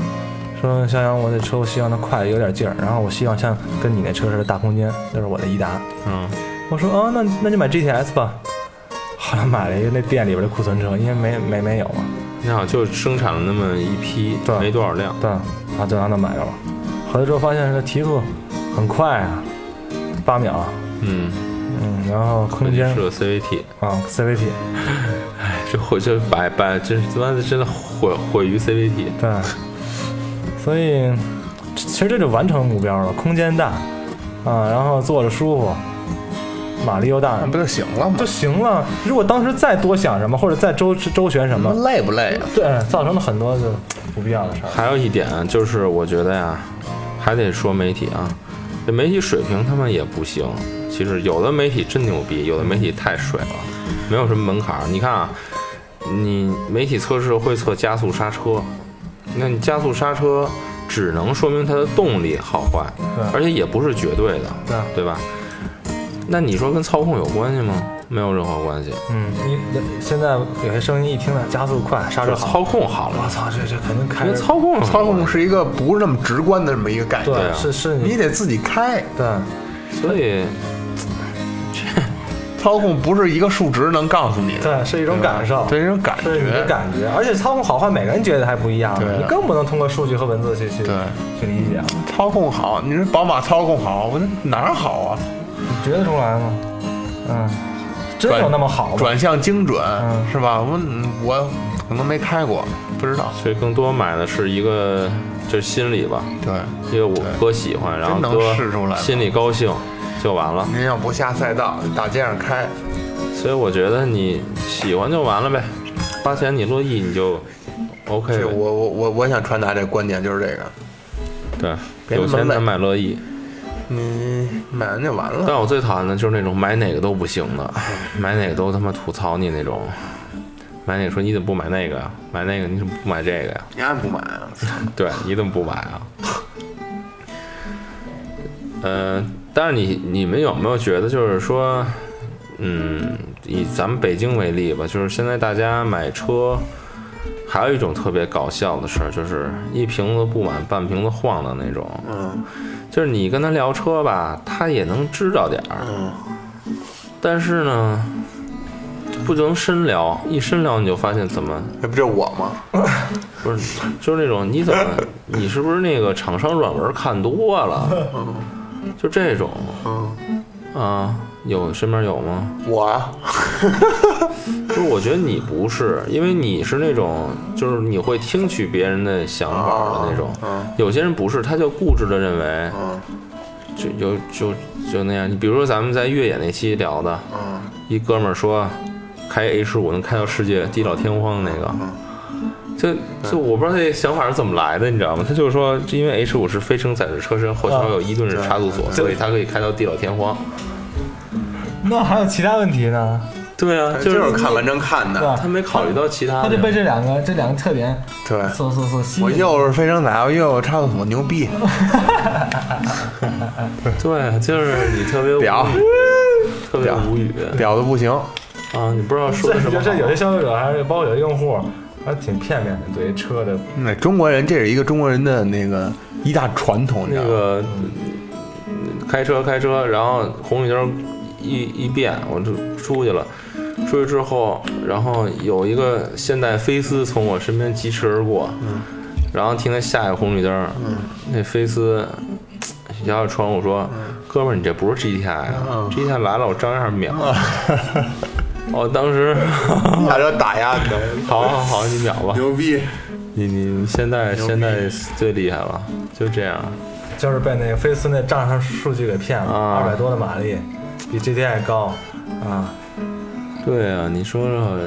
说肖阳，我这车我希望它快，有点劲儿，然后我希望像跟你那车似的大空间，那是我的颐达。
嗯，
我说啊，那那就买 GTS 吧。后来买了一个那店里边的库存车，因为没没没有嘛，
你好，就生产了那么一批
对，
没多少辆。
对，然后就让他买着了。回来之后发现这提速很快啊，八秒，啊
嗯，
嗯，然后空间
是个 CVT，
啊 CVT，
这毁这百百这他妈的真的毁毁于 CVT。
对，所以其实这就完成目标了，空间大啊，然后坐着舒服，马力又大
那，不就行了吗
就？行了。如果当时再多想什么，或者再周周旋什么，
累不累啊？
对，造成了很多就不必要的事儿。
还有一点就是，我觉得呀，还得说媒体啊，这媒体水平他们也不行。其实有的媒体真牛逼，有的媒体太水了，没有什么门槛儿。你看啊，你媒体测试会测加速刹车，那你加速刹车只能说明它的动力好坏，而且也不是绝对的，
对
对吧？那你说跟操控有关系吗？没有任何关系，
嗯，你现在有些声音一听呢，加速快，刹车
就是
好，
操控好
我
了，
操，这这肯定开
跟
着
操控有什么
操控
关系
是一个不是那么直观的这么一个概念，
对啊
对，是是
你
你
得自己开。
对
所以
操控不是一个数值能告诉你的，
对，是一种感受，
对这种感
是你的
觉。
感觉，而且操控好坏每个人觉得还不一样，
对
你更不能通过数据和文字去去
对
去理解了。啊
操控好，你说宝马操控好，我这哪儿好啊？
你觉得出来吗？嗯，真
转
有那么好吗？
转向精准
嗯
是吧？我我可能没开过，不知道。
所以更多买的是一个就是心理吧，
对，
因为我哥喜欢，然后
能
哥
试出来吗
心里高兴就完了。
您要不下赛道，大街上开，嗯
所以我觉得你喜欢就完了呗，花钱你乐意你就 OK
这
呗。
我我我我想传达这观点就是这个，
对，
别那
有
么
钱
累
咱买乐意。
你买完就完了。
但我最讨厌的就是那种买哪个都不行的，买哪个都他妈吐槽你那种。买哪个说你怎么不买那个呀？买那个你怎么不买这个呀？
你爱不买啊？
对，你怎么不买啊？呃，但是你你们有没有觉得，就是说，嗯，以咱们北京为例吧，就是现在大家买车，还有一种特别搞笑的事儿，就是一瓶子不满半瓶子晃的那种。
嗯
就是你跟他聊车吧，他也能知道点儿，
嗯，
但是呢，不能深聊，一深聊你就发现怎么
那不就我吗？
不是，就是那种你 怎么，你是不是那个厂商软文看多了？就这种
嗯，
啊，有身边有吗？
我啊
就是我觉得你不是，因为你是那种就是你会听取别人的想法的那种。
嗯
有些人不是，他就固执的认为
嗯
就就就就那样。你比如说咱们在越野那期聊的，
嗯
一哥们儿说开 H 五能开到世界地老天荒那个，就就我不知道这想法是怎么来的，你知道吗？他就是说，因为 H 五是非承载式车身，
啊
后桥有伊顿式差速锁，所以它可以开到地老天荒。
那还有其他问题呢？
对啊，
嗯，
就
就是是看文章看
对吧
的，
他没考虑到其他
他
的
就。被这两个这两个特点
对。
所所所吸
我
引。
又是非常奶，又有差速锁，牛 逼！
对，就是你特别无
屌
语，特别
屌
无语
屌的不行，
啊！你不知道说的
这
什么
这
好。
这有些消费者还是包括有些用户，还挺片面的对于车的。
那中国人这是一个中国人的那个一大传统，你知
那
道吗？
个开车开车，然后红绿灯一一变，我就出去了。出去之后，然后有一个现代菲斯从我身边疾驰而过，然后停在下一个红绿灯，那菲斯摇摇窗户说：“哥们儿，你这不是 GTI 啊，GTI 来了，我照样秒。 我当时，
他就打压你，
好好好，你秒吧，
牛逼！
你你你现在
牛逼
现在最厉害了，就这样。
就是被那个菲斯那账上数据给骗了，
啊
二百多的马力，比 GTI 高啊！
对啊，你说说
我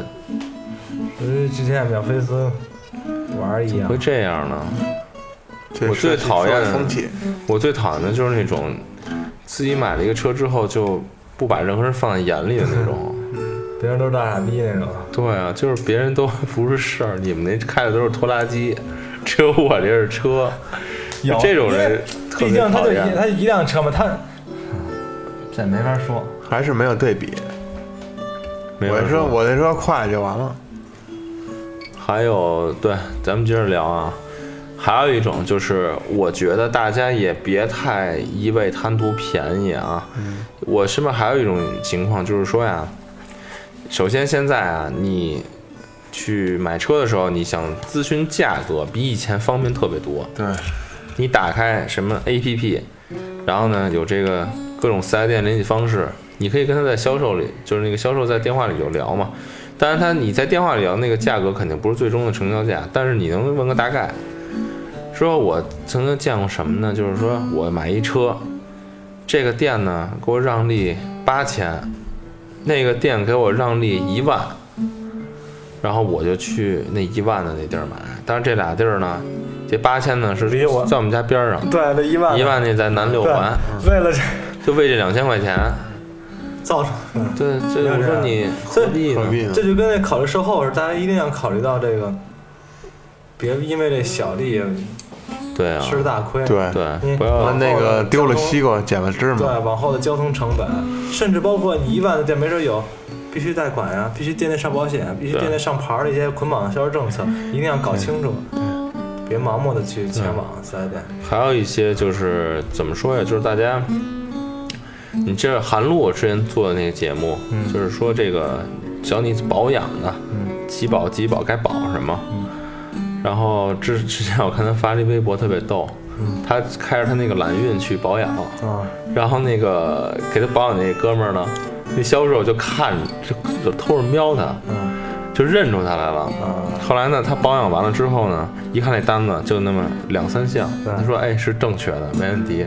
觉得 GTI 秒菲斯玩儿一样
会，这样呢？
这
我最
是
讨厌
社会风气，
我最讨厌的就是那种自己买了一个车之后就不把任何人放在眼里的那种。
别人都是大傻逼那种。
对啊，就是别人都不是事儿，你们那开的都是拖拉机，只有我这是车。
有
这种
因
人
为
特
毕
别
竟他
讨
就一
厌。
他就一辆车嘛，他这没法说。
还是没有对比。
没有
我
人
说我的车快就完了，
还有对，咱们接着聊啊。还有一种就是，我觉得大家也别太一味贪图便宜啊。我身边还有一种情况就是说呀，首先现在啊，你去买车的时候，你想咨询价格，比以前方便特别多。
对，
你打开什么 APP，然后呢有这个各种 4S 店联系方式，你可以跟他在销售里，就是那个销售在电话里有聊嘛。当然他你在电话里聊那个价格肯定不是最终的成交价，但是你能问个大概。说我曾经见过什么呢？就是说我买一车，这个店呢给我让利八千，那个店给我让利一万，然后我就去那一万的那地儿买。但是这俩地儿呢，这八千呢是
离我
在我们家边儿上，
对，这一万
一万那在南六环，
为了这
就为这两千块钱，
造成，
对，这
要
我
这
说
样
你何必
何
呢？
必呢
这？就跟那考虑售后似的，大家一定要考虑到这个，别因为这小利
对啊，
吃大亏。
对，
对，
你
啊不
那
要
那个丢了西瓜捡了芝
对，
麻，
往后的交通成本，甚至包括你一万的店没准有，必须贷款呀、必须店内上保险呀，必须
对
店内上牌儿的一些捆绑的销售政策，一定要搞清楚，别盲目的去前往四 S 店。
还有一些就是怎么说呀，就是大家，你这韩露我之前做的那个节目，
嗯
就是说这个教你保养的，
嗯
几保几保该保什么。
嗯
然后之之前我看他发了一微博特别逗，
嗯
他开着他那个揽运去保养，
啊，
然后那个给他保养那哥们儿呢，那销售就看就就偷着瞄他，
嗯
就认出他来了。
啊，
后来呢，他保养完了之后呢，一看那单子就那么两三项，
对
他说：“哎，是正确的，没问题。”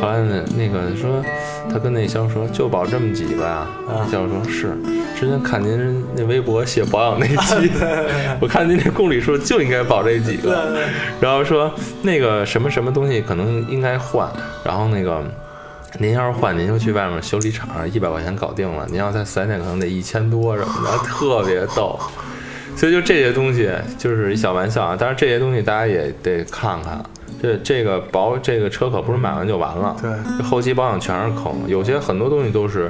后来呢，那个说他跟那销售说：“就保这么几个呀、
啊
销售说：“是，之前看您那微博写保养那 期，我看您那公里数就应该保这几
对
个。”然后说那个什么什么东西可能应该换，然后那个您要是换，您就去外面修理啊厂，一百块钱搞定了。您要在四 S 店可能得一千多什么的，特别逗。所以就这些东西就是一小玩笑啊，但是这些东西大家也得看看。这这个保这个车可不是买完就完了，
对
这后期保养全是坑，有些很多东西都是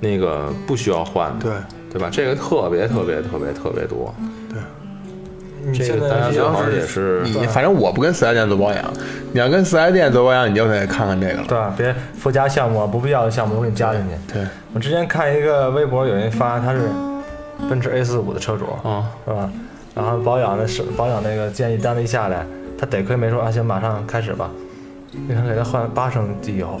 那个不需要换的，
对，
对吧？这个特别特别特别特别多，
你
这
现
个大家
在
最
要
好
是
也是
你反正我不跟四 S 店做保养，你要跟四 S 店做保养，你就得看看这个了。
对吧？别附加项目啊，不必要的项目都给你加进去。
对，
我之前看一个微博，有人发他是奔驰 A 四五的车主，
啊，
是吧？然后保养的是保养那个建议单子一下来，他得亏没说啊，行，马上开始吧。那他给他换八升机油，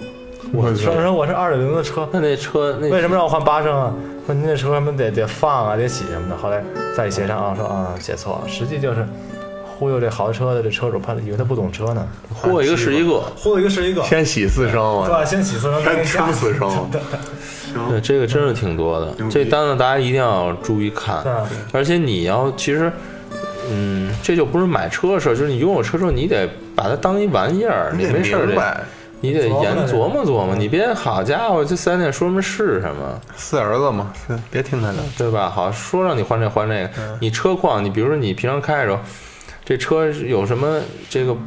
我
说说我是二点零的车，
那那车那
为什么让我换八升啊？说您这车什么得得放啊，得洗什么的。后来再一协商啊，说啊写错了，实际就是忽悠这豪车的这车主，怕以为他不懂车呢，
豁一个是一个，
忽悠一个是一个，
先洗四升
对
嘛，
吧？先洗四升，再给
先
你加
听四 升嘛。
对，这个真是挺多的。这单子大家一定要注意看，
对啊
而且你要其实，嗯，这就不是买车的事儿，就是你拥有车之后，你得把它当一玩意儿，你
得
没事儿
明
得，
白，
你得
琢磨
研
着
琢磨琢磨，你别好家伙，这四 S 店说什么是什么，
四儿子嘛，是别听他的。
对吧？好说让你换这换这个，你车况，你比如说你平常开的时候，这车有什么这个不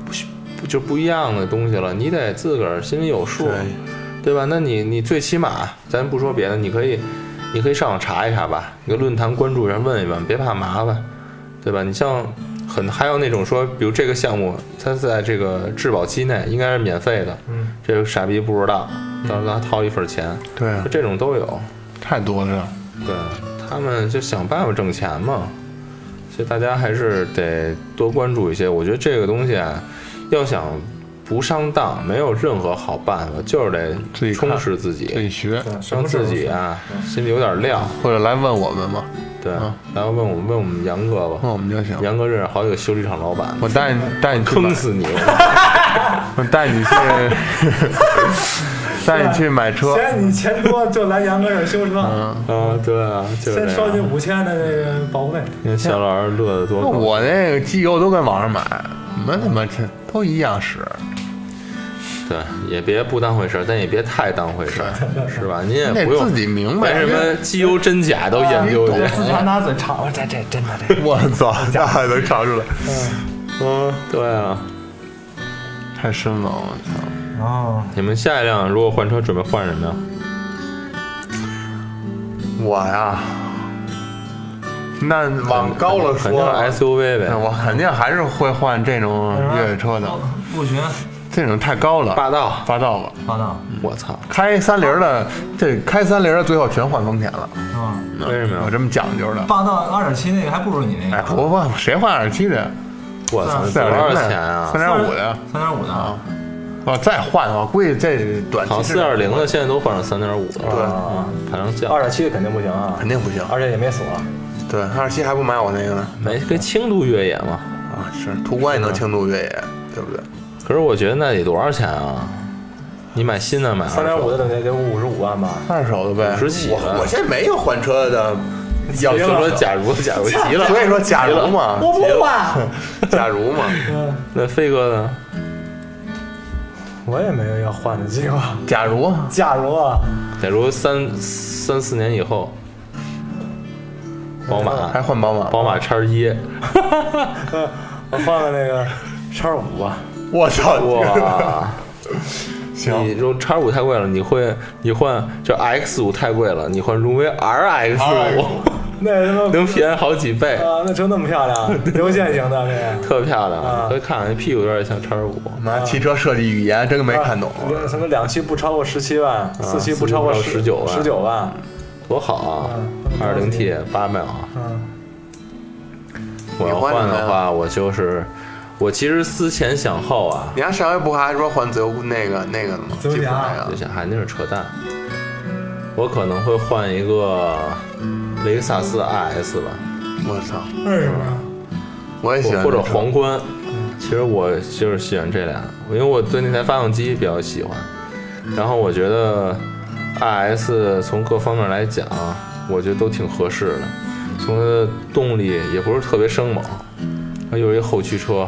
不就不一样的东西了，你得自个儿心里有数。
对，
对吧？那你你最起码，咱不说别的，你可以，你可以上网查一查吧，你个论坛关注一下，问一问，别怕麻烦，对吧？你像很还有那种说，比如这个项目，它在这个质保期内应该是免费的，
嗯，
这个傻逼不知道，到时候他掏一份钱，
对啊
就，这种都有，
太多了。
对他们就想办法挣钱嘛，所以大家还是得多关注一些。我觉得这个东西啊，要想不上当，没有任何好办法，就是
自
得
己看
充实自己，
自己学，
对什
让
么事儿
自
都
己
是
啊心里有点料，
或者来问我们嘛，
对
嗯，
然后问我们问我们杨哥吧，
问我们就行。
杨哥认识好几个修理厂老板，
我带你带你去买
坑，死你！
我 带你去，带你去买 车。
嫌你钱多就来杨哥这儿修车，
嗯，
啊，对啊，就是
先
这
收你
样。
五千的那个保护费。
你看小老师乐得多
嗯那
高
我那个机油都跟网上买，你们怎么这都一样使？
对，也别不当回事儿，但也别太当回 事儿，是吧？您也
你得
哎不用
自己明
连
白。
什么机油真假都研究去。
啊
自查拿嘴尝，我这这真的这。
我 操，那还能查出来？
嗯， 对啊。
太深了，我操！
哦，
你们下一辆如果换车，准备换什么呀？
我呀，那往高了
肯定
说
是
啊，
SUV
那
呗，
我肯定还是会换这种越野车
哎
的，
不行，
这种太高了，
霸道。
霸道吧。
王导，
我操，
开三菱的，这开三菱的最后全换丰田了，
是吧？
为什么
有
呀？
这么讲究的？
霸道二点七那个还不如你那
哎，
个，
不不，谁换二十七的？
我操，
四
多
点
少
零的
钱啊
三？点五的，
三点五
啊
的，
我再换，我估计这短
好像
期
四
是
点零的现在都换成三点五了，
啊，
排量降。
二点七的肯定不行啊，
肯定不行。
而且也没锁，
对，二十七还不买我那个呢
没跟轻度越野嘛。
啊！是途观也能轻度越野，对不对？
可是我觉得那得多少钱啊？你买新的买
三点五的得得五十五万吧。
二手的呗，
50起的
我我现在没有换车的要
就
求，
说假如假如急 了，
所以说假如嘛，
不换，
假如嘛，
那飞哥呢？
我也没有要换的计划。
假如
假如啊，
假如三三四年以后，宝
还
马
换宝马，
宝马叉一，
呃我换个那个叉五啊吧，
我操！
哇！你
行，
如果叉五太贵了，你会你换就 X 五太贵了，你换荣威 RX 五，
那他 妈
能便宜好几倍，
啊，那车那么漂亮，流线型的那个。
特漂亮。
啊
可以看看屁股有点像叉五，
妈，汽车设计语言真没看懂。啊
啊
啊什么两驱不超过十七万，四驱不超过
四驱不超过
十九万，
多好啊！二零 T 八秒啊！
嗯，
我要
你换
换
什么呀
的话，我就是我其实思前想后啊，
你看上回不还说换自由那个那个的吗？
自由
吉普
点啊
那
就
个
想哎还那是扯淡。我可能会换一个雷克萨斯 RS 吧，
我操！
为什么？
我也喜欢
或者
那车
皇冠。其实我就是喜欢这俩，因为我对那台发动机比较喜欢。然后我觉得 RS 从各方面来讲，我觉得都挺合适的。从它的动力也不是特别生猛，它又是一后驱车，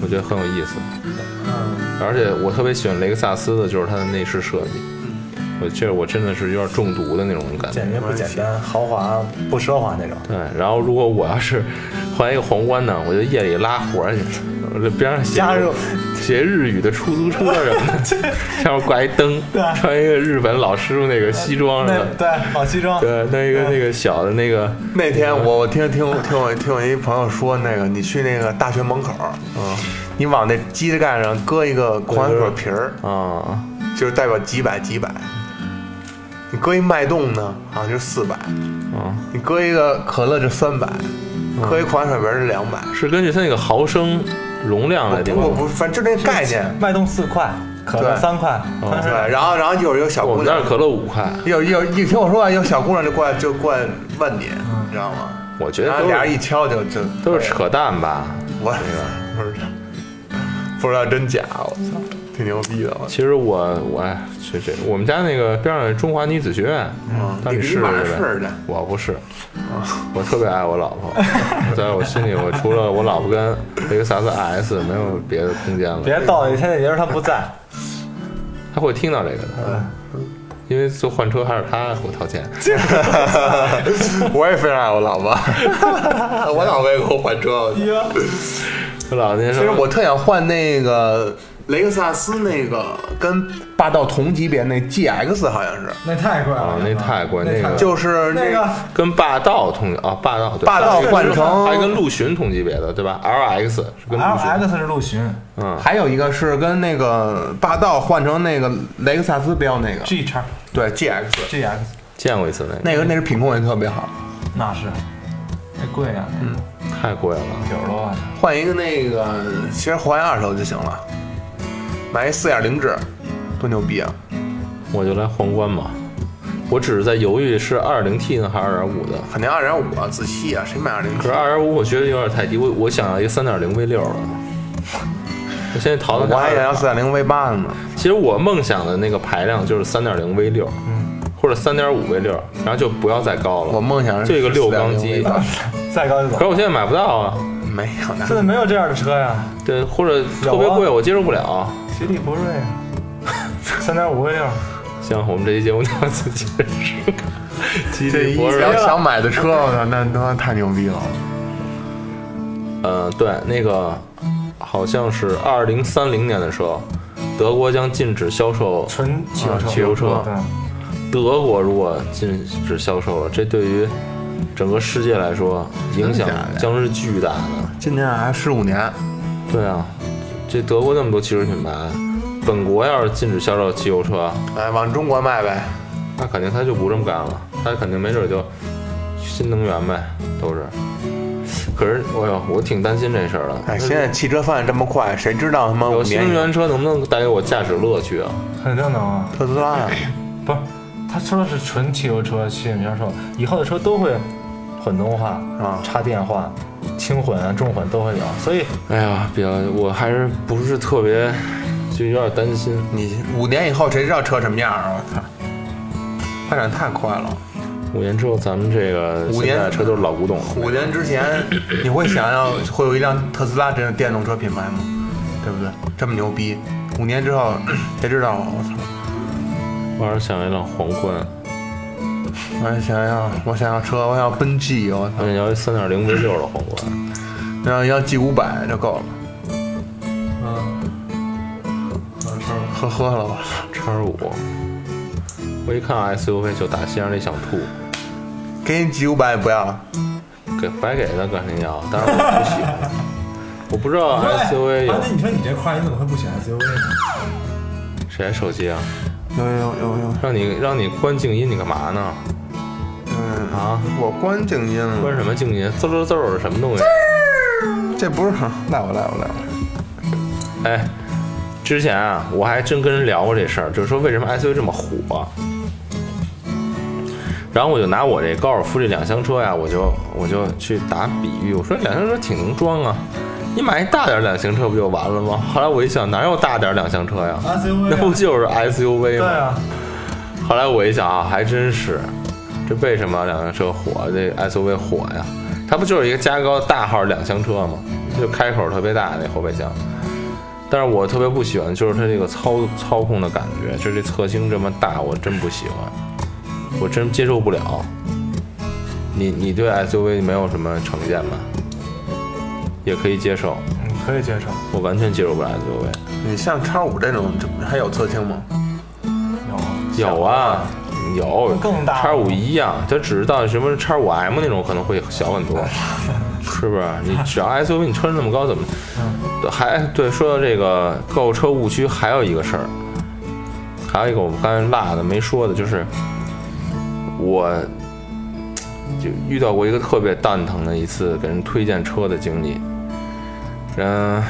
我觉得很有意思。
嗯，
而且我特别喜欢雷克萨斯的，就是它的内饰设计，我这我真的是有点中毒的那种感觉。
简约不简单，豪华不奢华那种。
对，然后如果我要是换一个皇冠呢，我就夜里拉活去，我这边上写
加入
写日语的出租车什么的，上面挂一灯，
对啊
穿一个日本老师傅那个西装什
那
么的，
对，好西装，
对，弄一个那个小的那个，
那天我我听听我听我听我一朋友说，那个你去那个大学门口，
嗯
你往那机子盖上搁一个矿泉水瓶儿，
啊，
就是代表几百几百。你搁一脉动呢，好像就四百；
嗯，
你搁一个可乐就三百，搁一矿泉水瓶儿是两百。
是根据它那个毫升容量来定
我
的。
不，反正就那概念。
脉动四块，可乐
对
三块，
哦
但
对
是，
然后然后一会儿有小
我
姑
们那儿
娘，
可乐五块，
有有你听我说完，有小姑娘就过来就过来问你，你知道吗？
我嗯觉得
然后
都
俩人
是
一敲就就
都是扯淡吧。
我不知道，不知道真假，我操，挺牛逼的，我操。
其实我我哎这这我们家那个边上有中华女子学院，啊当你
嗯你
试试
马啊上
呗。
试去，
我不是，我特别爱我老 婆，在我心里，我除了我老婆跟雷克萨斯 S 没有别的空间了。
别到了，现在也是他不在，
他会听到这个的，
哎
因为做换车还是他给我掏钱。
我也非常爱我老婆， 我老婆也给我换车，我操
我老那时
其实
候
我特想换那个雷克萨斯那个跟霸道同级别那 GX，好像是，
那太贵
啊，那太贵，那个
就是那个
跟霸道同啊，霸道对
霸道换成
还跟陆巡同级别的对吧？LX 是跟陆巡，
是陆巡
嗯，
还有一个是跟那个霸道换成那个雷克萨斯标那个，
，G 叉
对 GX，
G X，
见过一次那
那个那是品控也特别好，
那是，那贵呀，
个太贵了。
九十多万，
换一个那个其实换一二手就行了，买一四点零 G，多牛逼啊！
我就来皇冠吧。我只是在犹豫是二点零 T 呢还是二点五的。
肯定二点五啊，自吸啊，谁买二零
可
T？
是二点五我觉得有点太低，我我想要一个三点零 V 六了。我现在淘汰
我还想要四点零 V 八呢，
啊其实我梦想的那个排量就是三点零 V 六，
嗯
或者三点五 V 六，然后就不要再高了。
我梦想是
就一个六缸机，
4.0 V8
再高就
可是
走。
我现在买不到啊，
没有
现
呢，
在没有这样的车呀，
对，或者特别
啊
贵，我接受不了。
吉利博瑞啊，三点五 V 六，
行，我们这期节目到此结束。吉
这
利
一
博瑞
想想买的车，我操，那他妈太牛逼了！
呃，对，那个好像是二零三零年的时候，德国将禁止销售
纯汽油车，
啊汽油车
对，
德国如果禁止销售了，这对于整个世界来说影响
真的假的
将是巨大的。
今年还十五年，
对啊，这德国那么多汽车品牌，本国要是禁止销售汽油车，
哎，往中国卖呗，
那肯定他就不这么干了，他肯定没准就新能源呗，都是。可是，哎呦，我挺担心这事儿的。
哎，现在汽车发展这么快，谁知道他妈五
有新
年
能
以后
源车能不能带给我驾驶乐趣啊？
肯定能啊。
特斯拉啊？
不是，他说的是纯汽油车，吸引销售，以后的车都会混动化
啊
插电化、轻混啊、重混都会有，所以
哎呀，别，我还是不是特别，就有点担心。
你五年以后谁知道车什么样啊？我操，发展太快了。
五年之后，咱们这个
五
现在
年
车都是老古董了。
五年之前，你会想要会有一辆特斯拉这样电动车品牌吗？对不对？这么牛逼，五年之后谁知道啊？我操！
我还是想要一辆皇冠，
我也想要，我想要车，我想要奔 G，我
我
操，
想要一三点零 V 六的皇冠。
然后要 G 五百就够了，
嗯，
嗯喝喝了吧。
叉五，我一看 SUV 就打心眼里想吐，
给你 G 五百也不要了，
给白给他肯定要，但是我不喜欢。我不知 道
哎
SUV 有
你说你这块，你怎么会不选 SUV 呢？
谁手机啊？
有有有有，
让你让你关静音，你干嘛呢？
嗯，
啊，
我关静音了，
关什么静音？滋溜滋溜的什么东西？
这不是赖我赖我赖我，
哎，之前啊，我还真跟人聊过这事儿，就是说为什么 SUV 这么火。然后我就拿我这高尔夫这两厢车呀，我就我就去打比喻，我说两厢车挺能装啊，你买一大点儿两厢车不就完了吗？后来我一想，哪有大点儿两厢车呀？那不就是 SUV
对
吗？
啊，
后来我一想啊，还真是，这为什么两厢车火，这 SUV 火呀？它不就是一个加高大号两厢车吗？就开口特别大那后备箱。但是我特别不喜欢就是它这个操操控的感觉，就这侧倾这么大，我真不喜欢，我真接受不了。你你对 SUV 没有什么成见吧？也可以接受，
嗯，可以接受。
我完全接受不了 SUV。
你像叉五这种，这还有侧倾吗？
有啊
有啊，有
更大
叉五一样，它只是到什么叉五 M 那种可能会小很 多，是不是？你只要 SUV 你穿那么高怎么？还对，说到这个购物车误区，还有一个事儿，还有一个我们刚才落的没说的，就是我就遇到过一个特别蛋疼的一次给人推荐车的经历。嗯，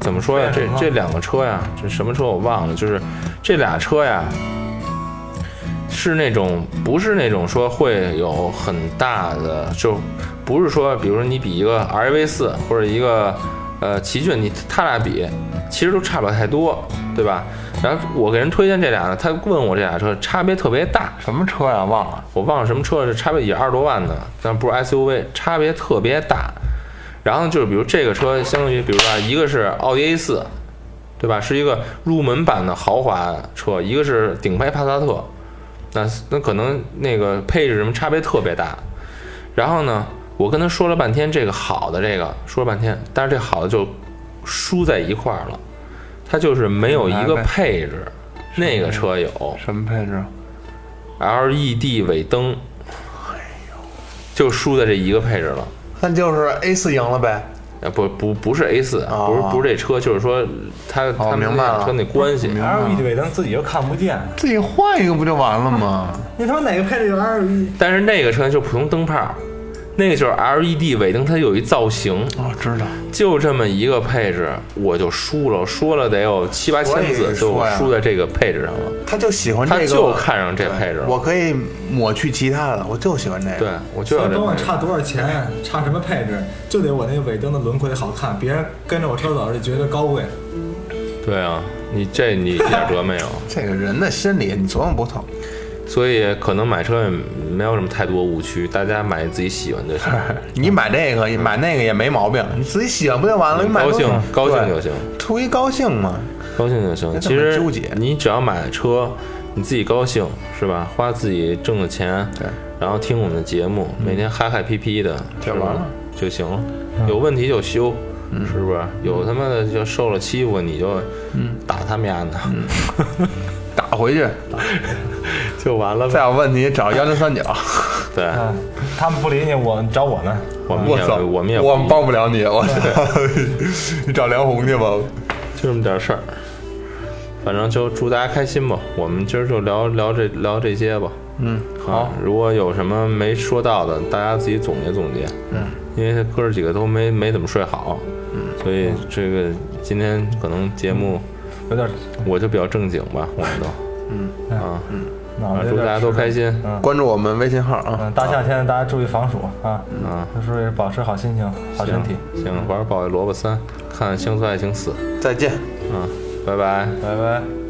怎么说呀？这这两个车呀，这什么车我忘了，就是这俩车呀，是那种不是那种说会有很大的，就不是说，比如说你比一个 RAV 四或者一个呃奇骏，你他俩比，其实都差不了太多，对吧？然后我给人推荐这俩呢，他问我这俩车差别特别大，
什么车呀？忘了。
我忘了什么车了，这差别也二十多万呢，但不是 SUV，差别特别大。然后就是比如这个车，相当于比如说啊，一个是奥迪 A 4对吧？是一个入门版的豪华车，一个是顶配帕萨特，那那可能那个配置什么差别特别大。然后呢，我跟他说了半天这个好的这个，说了半天，但是这好的就输在一块儿了，它就是没有一个
来呗
配置，那个车有，
什么配置？
LED E 尾灯，就输在这一个配置了。
那就是 A 四赢了呗。
呃，不不不是 A 四、
哦
不是不是这车，就是说它
哦
他们
明白
那
了
车那关系，
LED E 尾灯自己又看不见，
自己换一个不就完了吗？
那他妈哪个配置 E 有 LED？
但是那个车就是普通灯泡，那个就是 LED 尾灯，它有一造型，
我、哦知道，
就这么一个配置，我就输了，输了得有七八千
所
字，
以
就
说
我
呀
输在这个配置上了。
他就喜欢这个，
他就看上这配置了
对我可以抹去其他的，我就喜欢这个。
对，我就要
所以
这配
甭管
置。
差多少钱，啊差什么配置，就得我那个尾灯的轮廓得好看，别人跟着我车走就觉得高贵。
对啊，你这你一点辙没有。
这个人的心理你琢磨不透。
所以可能买车也没有什么太多误区，大家买自己喜欢就行。
你买这个买那个也没毛病，你自己喜欢不就完了？你买
高兴
多少
嗯高兴就行，
对图一高兴嘛。
高兴就行。
那怎
其
么
实
纠结
你只要买车，你自己高兴是吧？花自己挣的钱，
对，嗯
然后听我们的节目，每天嗨嗨皮皮的，是
完
吧
了？嗯
就行了。有问题就修，是不是？有他妈的就受了欺负，你就
嗯
打他们丫的，
打回去，
就完了呗。
再有问题找幺零三九。
对，
嗯，他们不理你，我找我呢。
我们
我
也
操，
我们也
我
不
们帮不了你，我操， 你找梁红去吧。
就这么点事儿。反正就祝大家开心吧。我们今儿就聊聊这聊这些吧。
嗯，
啊，如果有什么没说到的，大家自己总结总结。嗯，因为哥儿几个都没没怎么睡好，嗯，所以这个今天可能节目
有点
我就比较正经吧，我们都，嗯啊，
脑
啊
子有
祝大
点
家都开心
关注我们微信号啊，
嗯，大夏天的大家注意防暑啊，
啊，
就是保持好心情、好身体。
行，玩儿保卫萝卜三，看《乡村爱情四》，啊
再见。
嗯，拜拜。
拜拜。